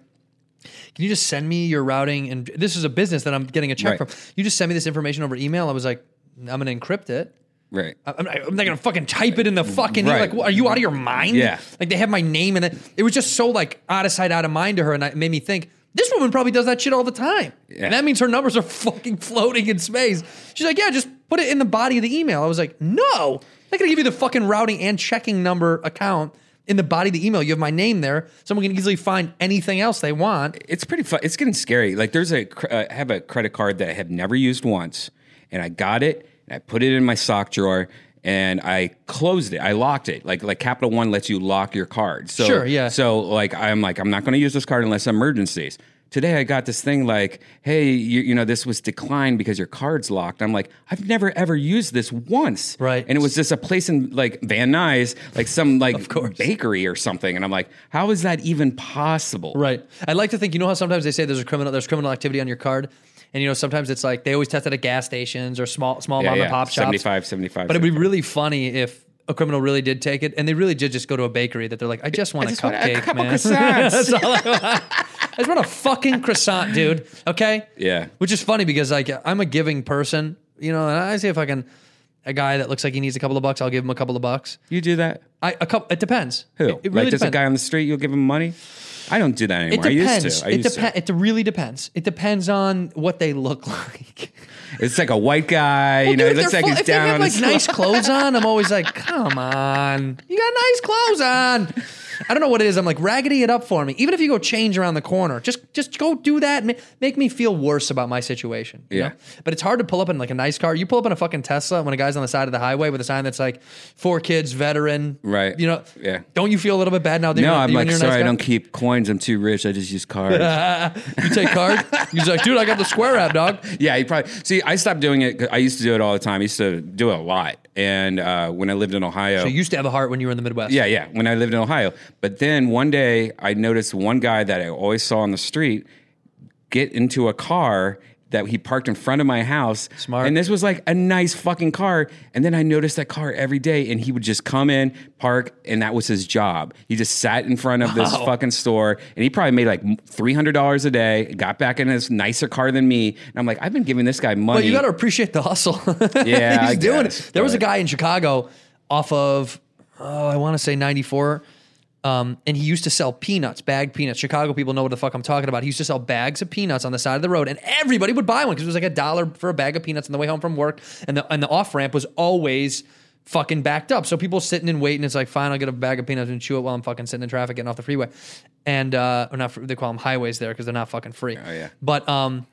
I: "Can you just send me your routing?" And this is a business that I'm getting a check
J: Right.
I: from. You just send me this information over email. I was like, "I'm gonna encrypt it."
J: Right.
I: I- I'm, I'm not gonna fucking type it in the fucking
J: Right.
I: like. what, Are you out of your mind?
J: Yeah.
I: Like they have my name in it. It was just so like out of sight, out of mind to her, and it made me think this woman probably does that shit all the time.
J: Yeah.
I: And that means her numbers are fucking floating in space. She's like, yeah, just put it in the body of the email. I was like, no, I'm not gonna give you the fucking routing and checking number account in the body of the email. You have my name there. Someone can easily find anything else they want.
J: it's pretty fun. It's getting scary. Like there's a cr- uh, I have a credit card that I have never used once, and I got it and I put it in my sock drawer and I closed it. I locked it. Like like Capital One lets you lock your card. So
I: Sure, yeah.
J: So like I'm like I'm not going to use this card unless emergencies. Today I got this thing like, hey, you, you know this was declined because your card's locked. I'm like, I've never ever used this once,
I: Right.
J: And it was just a place in like Van Nuys, like some like
I: course.
J: bakery or something. And I'm like, how is that even possible?
I: Right. I'd like to think you know how sometimes they say there's a criminal there's criminal activity on your card. And you know, sometimes it's like they always test it at gas stations or small small
J: Yeah,
I: mom
J: yeah.
I: and pop shops.
J: 75, 75,
I: But it'd be really funny if a criminal really did take it and they really did just go to a bakery that they're like, I just want a
J: just want a
I: cupcake,
J: couple
I: man.
J: croissants.
I: That's all I want. I just want a fucking croissant, dude. Okay?
J: Yeah.
I: Which is funny because like I'm a giving person, you know, and I see if I can a guy that looks like he needs a couple of bucks, I'll give him a couple of bucks.
J: You do that?
I: I a couple it depends.
J: Who?
I: It, it really
J: like just a
I: depends.
J: guy on the street, you'll give him money? I don't do that
I: It
J: anymore.
I: depends.
J: I used to. I
I: it
J: used
I: depends. It really depends. It depends on what they look like.
J: to. It's like a white guy, you know,
I: Well,
J: it
I: dude,
J: looks
I: they're
J: like
I: full-
J: he's
I: if they
J: down
I: have
J: on
I: like
J: his
I: nice clothes on, I'm always like, come on, you got nice clothes on. I don't know what it is. I'm like, raggedy it up for me. Even if you go change around the corner, just just go do that. and ma- Make me feel worse about my situation. you
J: Yeah.
I: know? But it's hard to pull up in like a nice car. You pull up in a fucking Tesla when a guy's on the side of the highway with a sign that's like, four kids, veteran.
J: Right.
I: You know.
J: Yeah.
I: Don't you feel a little bit bad now? that
J: No,
I: you're not-
J: I'm
I: you
J: like,
I: and your
J: sorry,
I: nice
J: I
I: guy?
J: don't keep coins. I'm too rich. I just use cards.
I: You take card. He's like, dude, I got the Square app, dog.
J: yeah, you probably see. I stopped doing it. 'cause I used to do it all the time. I used to do it a lot. And uh, when I lived in Ohio,
I: So you used to have a heart when you were in the Midwest.
J: Yeah, yeah. When I lived in Ohio, but then one day I noticed one guy that I always saw on the street get into a car that he parked in front of my house.
I: Smart.
J: And this was like a nice fucking car. And then I noticed that car every day, and he would just come in, park, and that was his job. He just sat in front of this fucking store, and he probably made like three hundred dollars a day. Got back in his nicer car than me, and I'm like, I've been giving this guy money.
I: But you got to appreciate the hustle.
J: Yeah,
I: he's
J: I
I: doing
J: guess,
I: it. There was a
J: but-
I: guy in Chicago off of, oh, I want to say 94. Um, and he used to sell peanuts, bagged peanuts. Chicago people know what the fuck I'm talking about. He used to sell bags of peanuts on the side of the road, and everybody would buy one because it was like a dollar for a bag of peanuts on the way home from work. And the and the off ramp was always fucking backed up. So people sitting and waiting. It's like, fine, I'll get a bag of peanuts and chew it while I'm fucking sitting in traffic getting off the freeway. And uh, or not, fr- they call them highways there because they're not fucking free. Oh
J: yeah.
I: But um,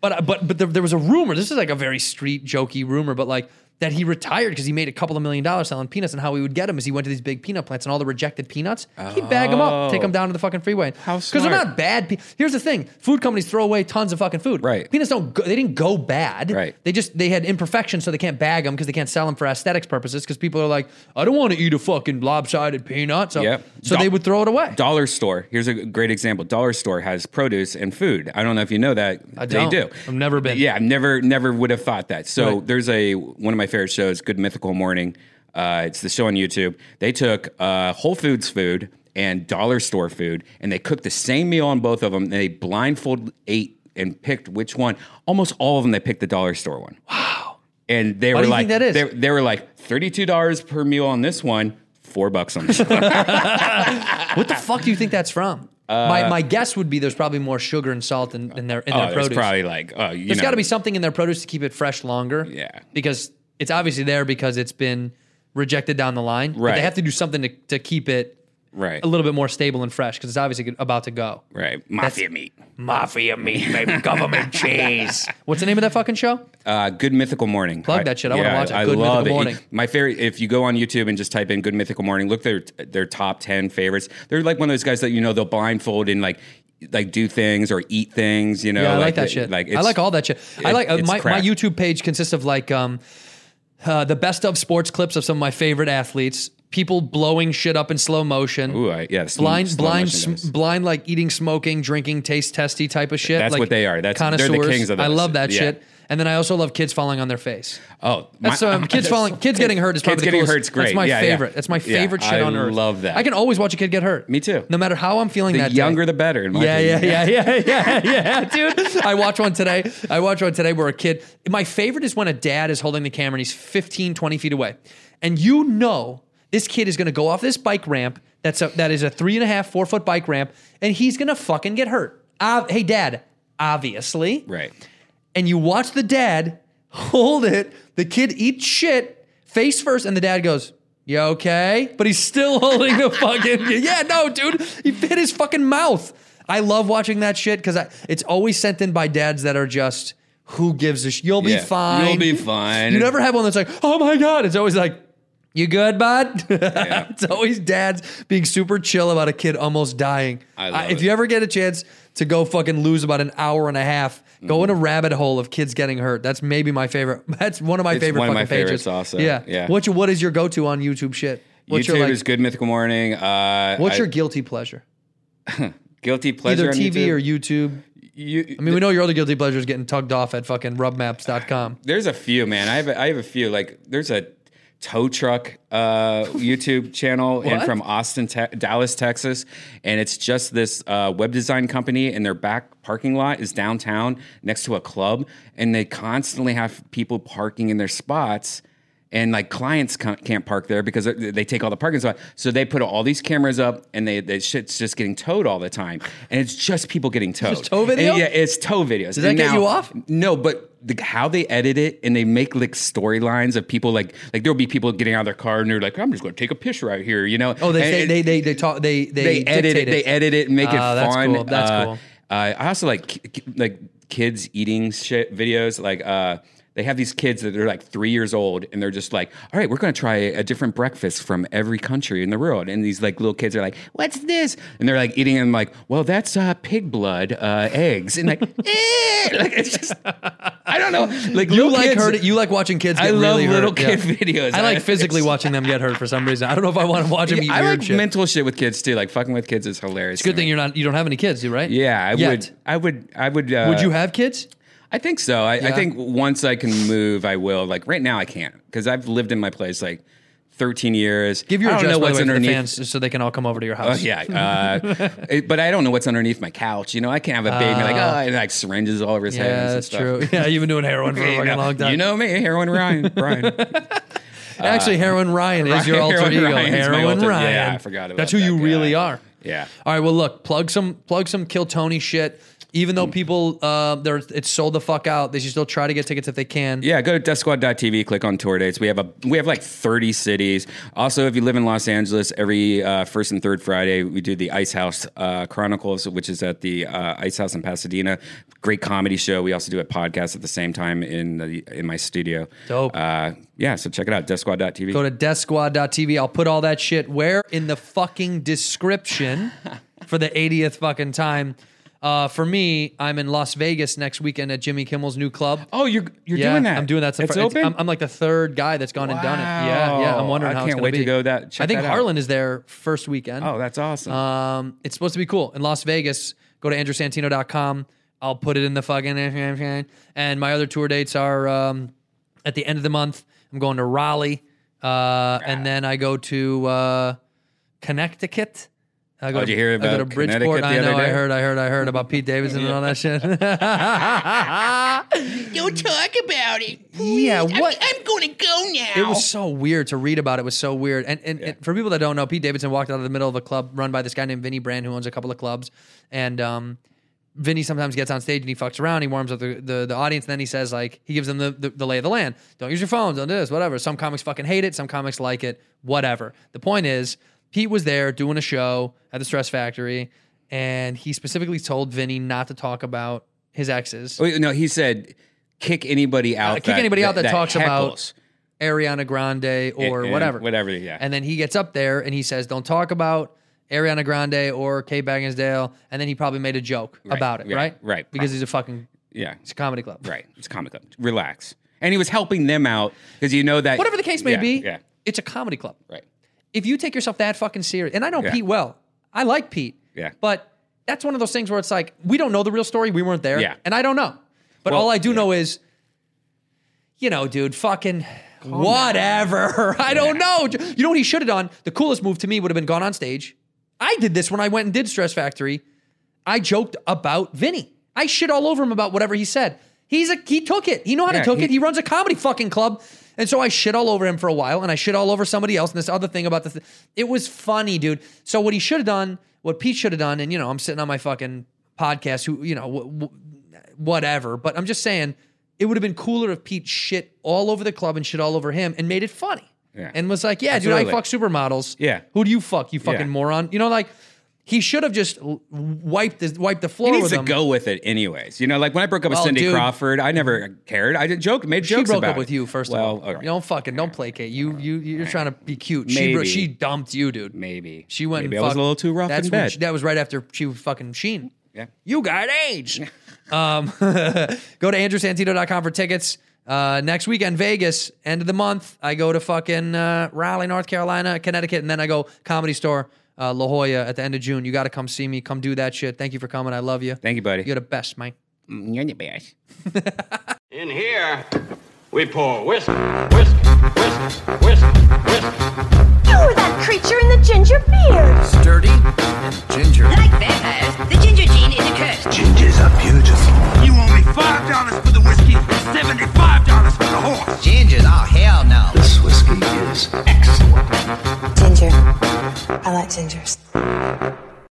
I: but but but there, there was a rumor. This is like a very street jokey rumor, but like that he retired because he made a couple of million dollars selling peanuts, and how he would get them is he went to these big peanut plants and all the rejected peanuts, he'd bag them up, take them down to the fucking freeway.
J: Oh. How
I: they're
J: smart.
I: not bad. Pe- Here's the thing: food companies throw away tons of fucking food.
J: Right.
I: Peanuts don't. Go, they didn't go bad.
J: Right.
I: They just they had imperfections, so they can't bag them because they can't sell them for aesthetics purposes. Because people are like, I don't want to eat a fucking lopsided peanut. So,
J: Yep.
I: so
J: Dol-
I: they would throw it away.
J: Dollar store. Here's a great example. Dollar store has produce and food. I don't know if you know that.
I: I
J: they
I: don't.
J: do.
I: I've never been.
J: Yeah, I've never never would have thought that. So
I: Right.
J: there's a one of my favorite shows, Good Mythical Morning. Uh, it's the show on YouTube. They took uh, Whole Foods food and dollar store food, and they cooked the same meal on both of them. And they blindfold ate and picked which one. Almost all of them, they picked the dollar store one. Wow. And they
I: Why
J: were
I: do you
J: like,
I: think that is?
J: They, they were like thirty-two dollars per meal on this one, four bucks on this one.
I: What the fuck do you think that's from? my, my guess would be there's probably more sugar and salt in, in their in
J: Uh, Oh,
I: their
J: it's
I: produce.
J: probably like oh, you
I: There's
J: know,
I: got to be something in their produce to keep it fresh longer.
J: Yeah.
I: Because it's obviously there because it's been rejected down the line. But
J: Right.
I: they have to do something to, to keep it
J: right,
I: a little bit more stable and fresh because it's obviously about to go.
J: right, mafia meat.
I: Mafia meat, baby. Government cheese. What's the name of that fucking show?
J: Uh, Good Mythical Morning.
I: Plug that shit. I wanna watch it. Good Mythical Morning.
J: My favorite. If you go on YouTube and just type in Good Mythical Morning, look their their top ten favorites. They're like one of those guys that you know they'll blindfold and like like do things or eat things. You know,
I: Yeah, I like that
J: they-
I: shit.
J: Oh, Like
I: I
J: it's-
I: like all that shit. I
J: it-
I: like uh,
J: it's
I: my, my
J: crack.
I: YouTube page consists of like um, uh, the best of sports clips of some of my favorite athletes. People blowing shit up in slow motion.
J: Ooh, I, yeah, sm-
I: blind,
J: slow
I: blind,
J: motion
I: sm-
J: guys.
I: blind, like eating, smoking, drinking, taste testy type of shit.
J: That's
I: like
J: what they are. That's- they're the
I: connoisseurs.
J: kings of
I: I
J: that
I: love
J: shit.
I: that
J: Yeah.
I: shit. And then I also love kids falling on their face.
J: Oh,
I: That's
J: my-
I: um, kids falling, kids getting hurt
J: Kids
I: is probably the
J: getting
I: coolest.
J: hurt's great.
I: That's my
J: Yeah, yeah.
I: favorite. That's my
J: Yeah,
I: favorite shit
J: I
I: on earth.
J: love that.
I: I can always watch a kid get hurt.
J: Me too.
I: No matter how I'm feeling
J: The
I: that day.
J: younger the better, in my
I: yeah, yeah,
J: opinion.
I: yeah, yeah, yeah, yeah, dude. I watch one today. I watch one today where a kid. My favorite is when a dad is holding the camera and he's 15, 20 feet away, and you know this kid is going to go off this bike ramp. That's a that is a three and a half, four foot bike ramp, and he's going to fucking get hurt. Uh, hey, dad. Obviously,
J: right.
I: and you watch the dad hold it, the kid eats shit face first, and the dad goes, You okay? But he's still holding the fucking, yeah, no, dude, he bit his fucking mouth. I love watching that shit because it's always sent in by dads that are just, Who gives a sh? You'll
J: Yeah.
I: be fine.
J: You'll be fine.
I: You never have one that's like, Oh my God. It's always like, You good, bud? it's always dads being super chill about a kid almost dying.
J: I love
I: if
J: it.
I: you ever get a chance to go fucking lose about an hour and a half, go in
J: Mm-hmm.
I: a rabbit hole of kids getting hurt. That's maybe my favorite. That's one of my
J: It's
I: favorite
J: one of
I: fucking
J: my
I: pages.
J: favorites also.
I: Yeah.
J: Yeah.
I: What what is your go to on YouTube shit? What's
J: YouTube
I: your like,
J: is Good Mythical Morning. Uh,
I: What's
J: I-
I: your guilty pleasure?
J: guilty pleasure
I: Either
J: on
I: TV
J: YouTube?
I: or YouTube.
J: you,
I: I mean, we know your other guilty pleasure is getting tugged off at fucking rubmaps.com.
J: There's a few, man. I have a, I have a few. Like there's a tow truck uh, YouTube channel and
I: What?
J: from Austin, te- Dallas, Texas, and it's just this uh, web design company, and their back parking lot is downtown next to a club, and they constantly have people parking in their spots. And like clients ca- can't park there because they- they take all the parking spots. So they put all these cameras up, and they, they shit's just getting towed all the time. And it's just people getting towed.
I: tow
J: And
I: video?
J: yeah, it's tow videos. Does
I: that get you off?
J: no, but the, how they edit it and they make like storylines of people like like there'll be people getting out of their car and they're like I'm just going to take a picture out here, you know.
I: Oh, they
J: And
I: say
J: it-
I: they they they talk they
J: they,
I: they,
J: edit
I: dictate
J: it, they edit it, and make it
I: Oh, that's
J: fun.
I: cool. That's
J: Uh,
I: cool.
J: uh, I also like ki- ki- like kids eating shit videos. Like uh, they have these kids that are like three years old, and they're just like, "All right, we're going to try a different breakfast from every country in the world." And these like little kids are like, "What's this?" And they're like eating, and I'm like, "Well, that's uh, pig blood, uh, eggs," and like, eh! like it's just, I don't know. Like
I: You
J: little
I: like
J: kids-
I: hurt, you like watching kids. Get
J: I love
I: really
J: little
I: hurt.
J: kid videos.
I: I
J: I-
I: like physically watching them get hurt for some reason. I don't know if I want to watch them eat
J: I
I: weird
J: like
I: shit.
J: mental shit with kids too. Like fucking with kids is hilarious.
I: It's a good thing you're not. You don't have any kids, you right?
J: Yeah, I
I: Yet.
J: would. I would. I would. Uh,
I: would you have kids?
J: I think so. I, I
I: Yeah.
J: think once I can move, I will. Like right now, I can't because I've lived in my place like 13 years.
I: Give
J: I
I: your
J: don't
I: address
J: know
I: by
J: what's
I: the way, for the
J: underneath.
I: fans so they can all come over to your
J: Oh
I: house.
J: yeah, uh, it- but I don't know what's underneath my couch. You know, I can't have a baby like oh, and like syringes all over his head.
I: Ah. Yeah,
J: and
I: that's
J: stuff.
I: true. Yeah, you've been doing heroin for a
J: You
I: fucking
J: know,
I: long time.
J: you know uh, me, heroin Ryan. Brian.
I: actually, heroin Ryan is your alter
J: Heroin
I: ego.
J: Ryan's my
I: heroin
J: alter-
I: Ryan.
J: yeah, I forgot about
I: That's who
J: that
I: you
J: guy.
I: really are.
J: Yeah.
I: All right. Well, look, plug some plug some Kill Tony shit. Even
J: Mm.
I: though people, uh, they're it's sold the fuck out. They should still try to get tickets if they can.
J: Yeah, go to deathsquad.tv, click on tour dates. We have a we have like 30 cities. Also, if you live in Los Angeles, every uh, first and third Friday, we do the Ice House uh, Chronicles, which is at the uh, Ice House in Pasadena. Great comedy show. We also do a podcast at the same time in the in my studio.
I: Dope.
J: Uh, yeah, so check it out, deathsquad.tv.
I: Go to deathsquad.tv. I'll put all that shit where in the fucking description for the 80th fucking time. Uh, for me, I'm in Las Vegas next weekend at Jimmy Kimmel's new club.
J: oh, you're you're doing that.
I: I'm doing that.
J: It's open.
I: I'm, I'm like the third guy that's gone and done it. Yeah, yeah. I'm
J: Wow.
I: wondering
J: I
I: how it's
J: can't
I: gonna
J: wait to
I: be.
J: go that- check
I: I think
J: that out.
I: Harlan is there first weekend.
J: oh, that's awesome.
I: Um, it's supposed to be cool in Las Vegas. Go to andrewsantino.com. I'll put it in the fucking. And my other tour dates are um, at the end of the month. I'm going to Raleigh, uh, and then I go to uh, Connecticut, I go
J: Oh,
I: to,
J: did you hear
I: I go
J: about
I: to Bridgeport.
J: Connecticut the
I: I know.
J: other
I: I
J: day?
I: heard. I heard. I heard about Pete Davidson and all that shit.
E: Don't talk about it.
I: yeah. What?
E: I'm going to go now.
I: It was so weird to read about. It was so weird. And and, and for people that don't know, Pete Davidson walked out of the middle of a club run by this guy named Vinny Brand, who owns a couple of clubs. And um, Vinny sometimes gets on stage and he fucks around. He warms up the, the, the audience. And then he says like he gives them the, the the lay of the land. Don't use your phones. Don't do this. Whatever. Some comics fucking hate it. Some comics like it. Whatever. The point is, Pete was there doing a show at the Stress Factory, and he specifically told Vinny not to talk about his exes.
J: Wait, no, he said, kick anybody out.
I: Uh, kick anybody out that talks about
J: heckles."
I: Ariana Grande or
J: and
I: whatever.
J: whatever, yeah.
I: And then he gets up there and he says, Don't talk about Ariana Grande or Kate Bagginsdale. And then he probably made a joke about it,
J: yeah,
I: right?
J: right.
I: Because he's a fucking
J: Yeah,
I: it's a comedy club.
J: right. It's comic club. Relax. And he was helping them out because you know that
I: Whatever the case may
J: Yeah,
I: be,
J: Yeah,
I: it's a comedy club.
J: right.
I: If you take yourself that fucking serious, and I know
J: Yeah.
I: Pete well, I like Pete.
J: Yeah.
I: But that's one of those things where it's like, we don't know the real story. We weren't there.
J: Yeah.
I: And I don't know. But
J: Well,
I: all I do
J: yeah.
I: know is, you know, dude, fucking whatever. I don't know. You know what he should have done? The coolest move to me would have been gone on stage. I did this when I went and did Stress Factory. I joked about Vinny. I shit all over him about whatever he said. He's a he took it. He know how to
J: Yeah,
I: took
J: he-
I: it. He runs a comedy fucking club. And so I shit all over him for a while, and I shit all over somebody else. And this other thing about the, th- it was funny, dude. So what he should have done, what Pete should have done, and you know, I'm sitting on my fucking podcast, who you know, wh- wh- whatever. But I'm just saying, it would have been cooler if Pete shit all over the club and shit all over him and made it funny.
J: Yeah.
I: And was like, yeah, dude, I
J: Absolutely.
I: fuck supermodels.
J: Yeah.
I: Who do you fuck, you fucking
J: Yeah.
I: moron? You know, like he should have just l- wiped the wiped the floor
J: He needs
I: with
J: to
I: him.
J: go with it, anyways. You know, like when I broke up with
I: Well,
J: Cindy
I: dude.
J: Crawford, I never cared. I did joke, made
I: She
J: jokes
I: broke
J: about
I: up
J: it.
I: with you first
J: well,
I: of all.
J: all right.
I: You don't fucking don't placate. You you you're trying to be cute. She bro-
J: Maybe.
I: she dumped you, dude.
J: maybe
I: She went.
J: Maybe
I: and
J: I was
I: fucked-
J: a little too rough
I: That's
J: in
I: when
J: bed.
I: she- that was right after she was fucking Sheen.
J: Yeah.
I: You got age. um, go to andrewsantino.com for tickets. Uh, next weekend, Vegas, end of the month. I go to fucking uh, Raleigh, North Carolina, Connecticut, and then I go Comedy Store, uh, La Jolla at the end of June. You got to come see me. Come do that shit. Thank you for coming. I love you.
J: Thank you, buddy.
I: You're the best, man.
J: Mm, You're the best.
B: In here, we pour whisk, whisk, whisk, whisk, whisk.
C: You were that creature in the ginger beard.
D: Sturdy and ginger.
E: Like vampires, the ginger gene is a curse.
F: Gingers are beautiful.
G: You owe me five dollars for the whiskey and seventy-five dollars for the horse.
D: Gingers, oh hell no.
F: This whiskey is excellent.
H: Ginger. I like gingers.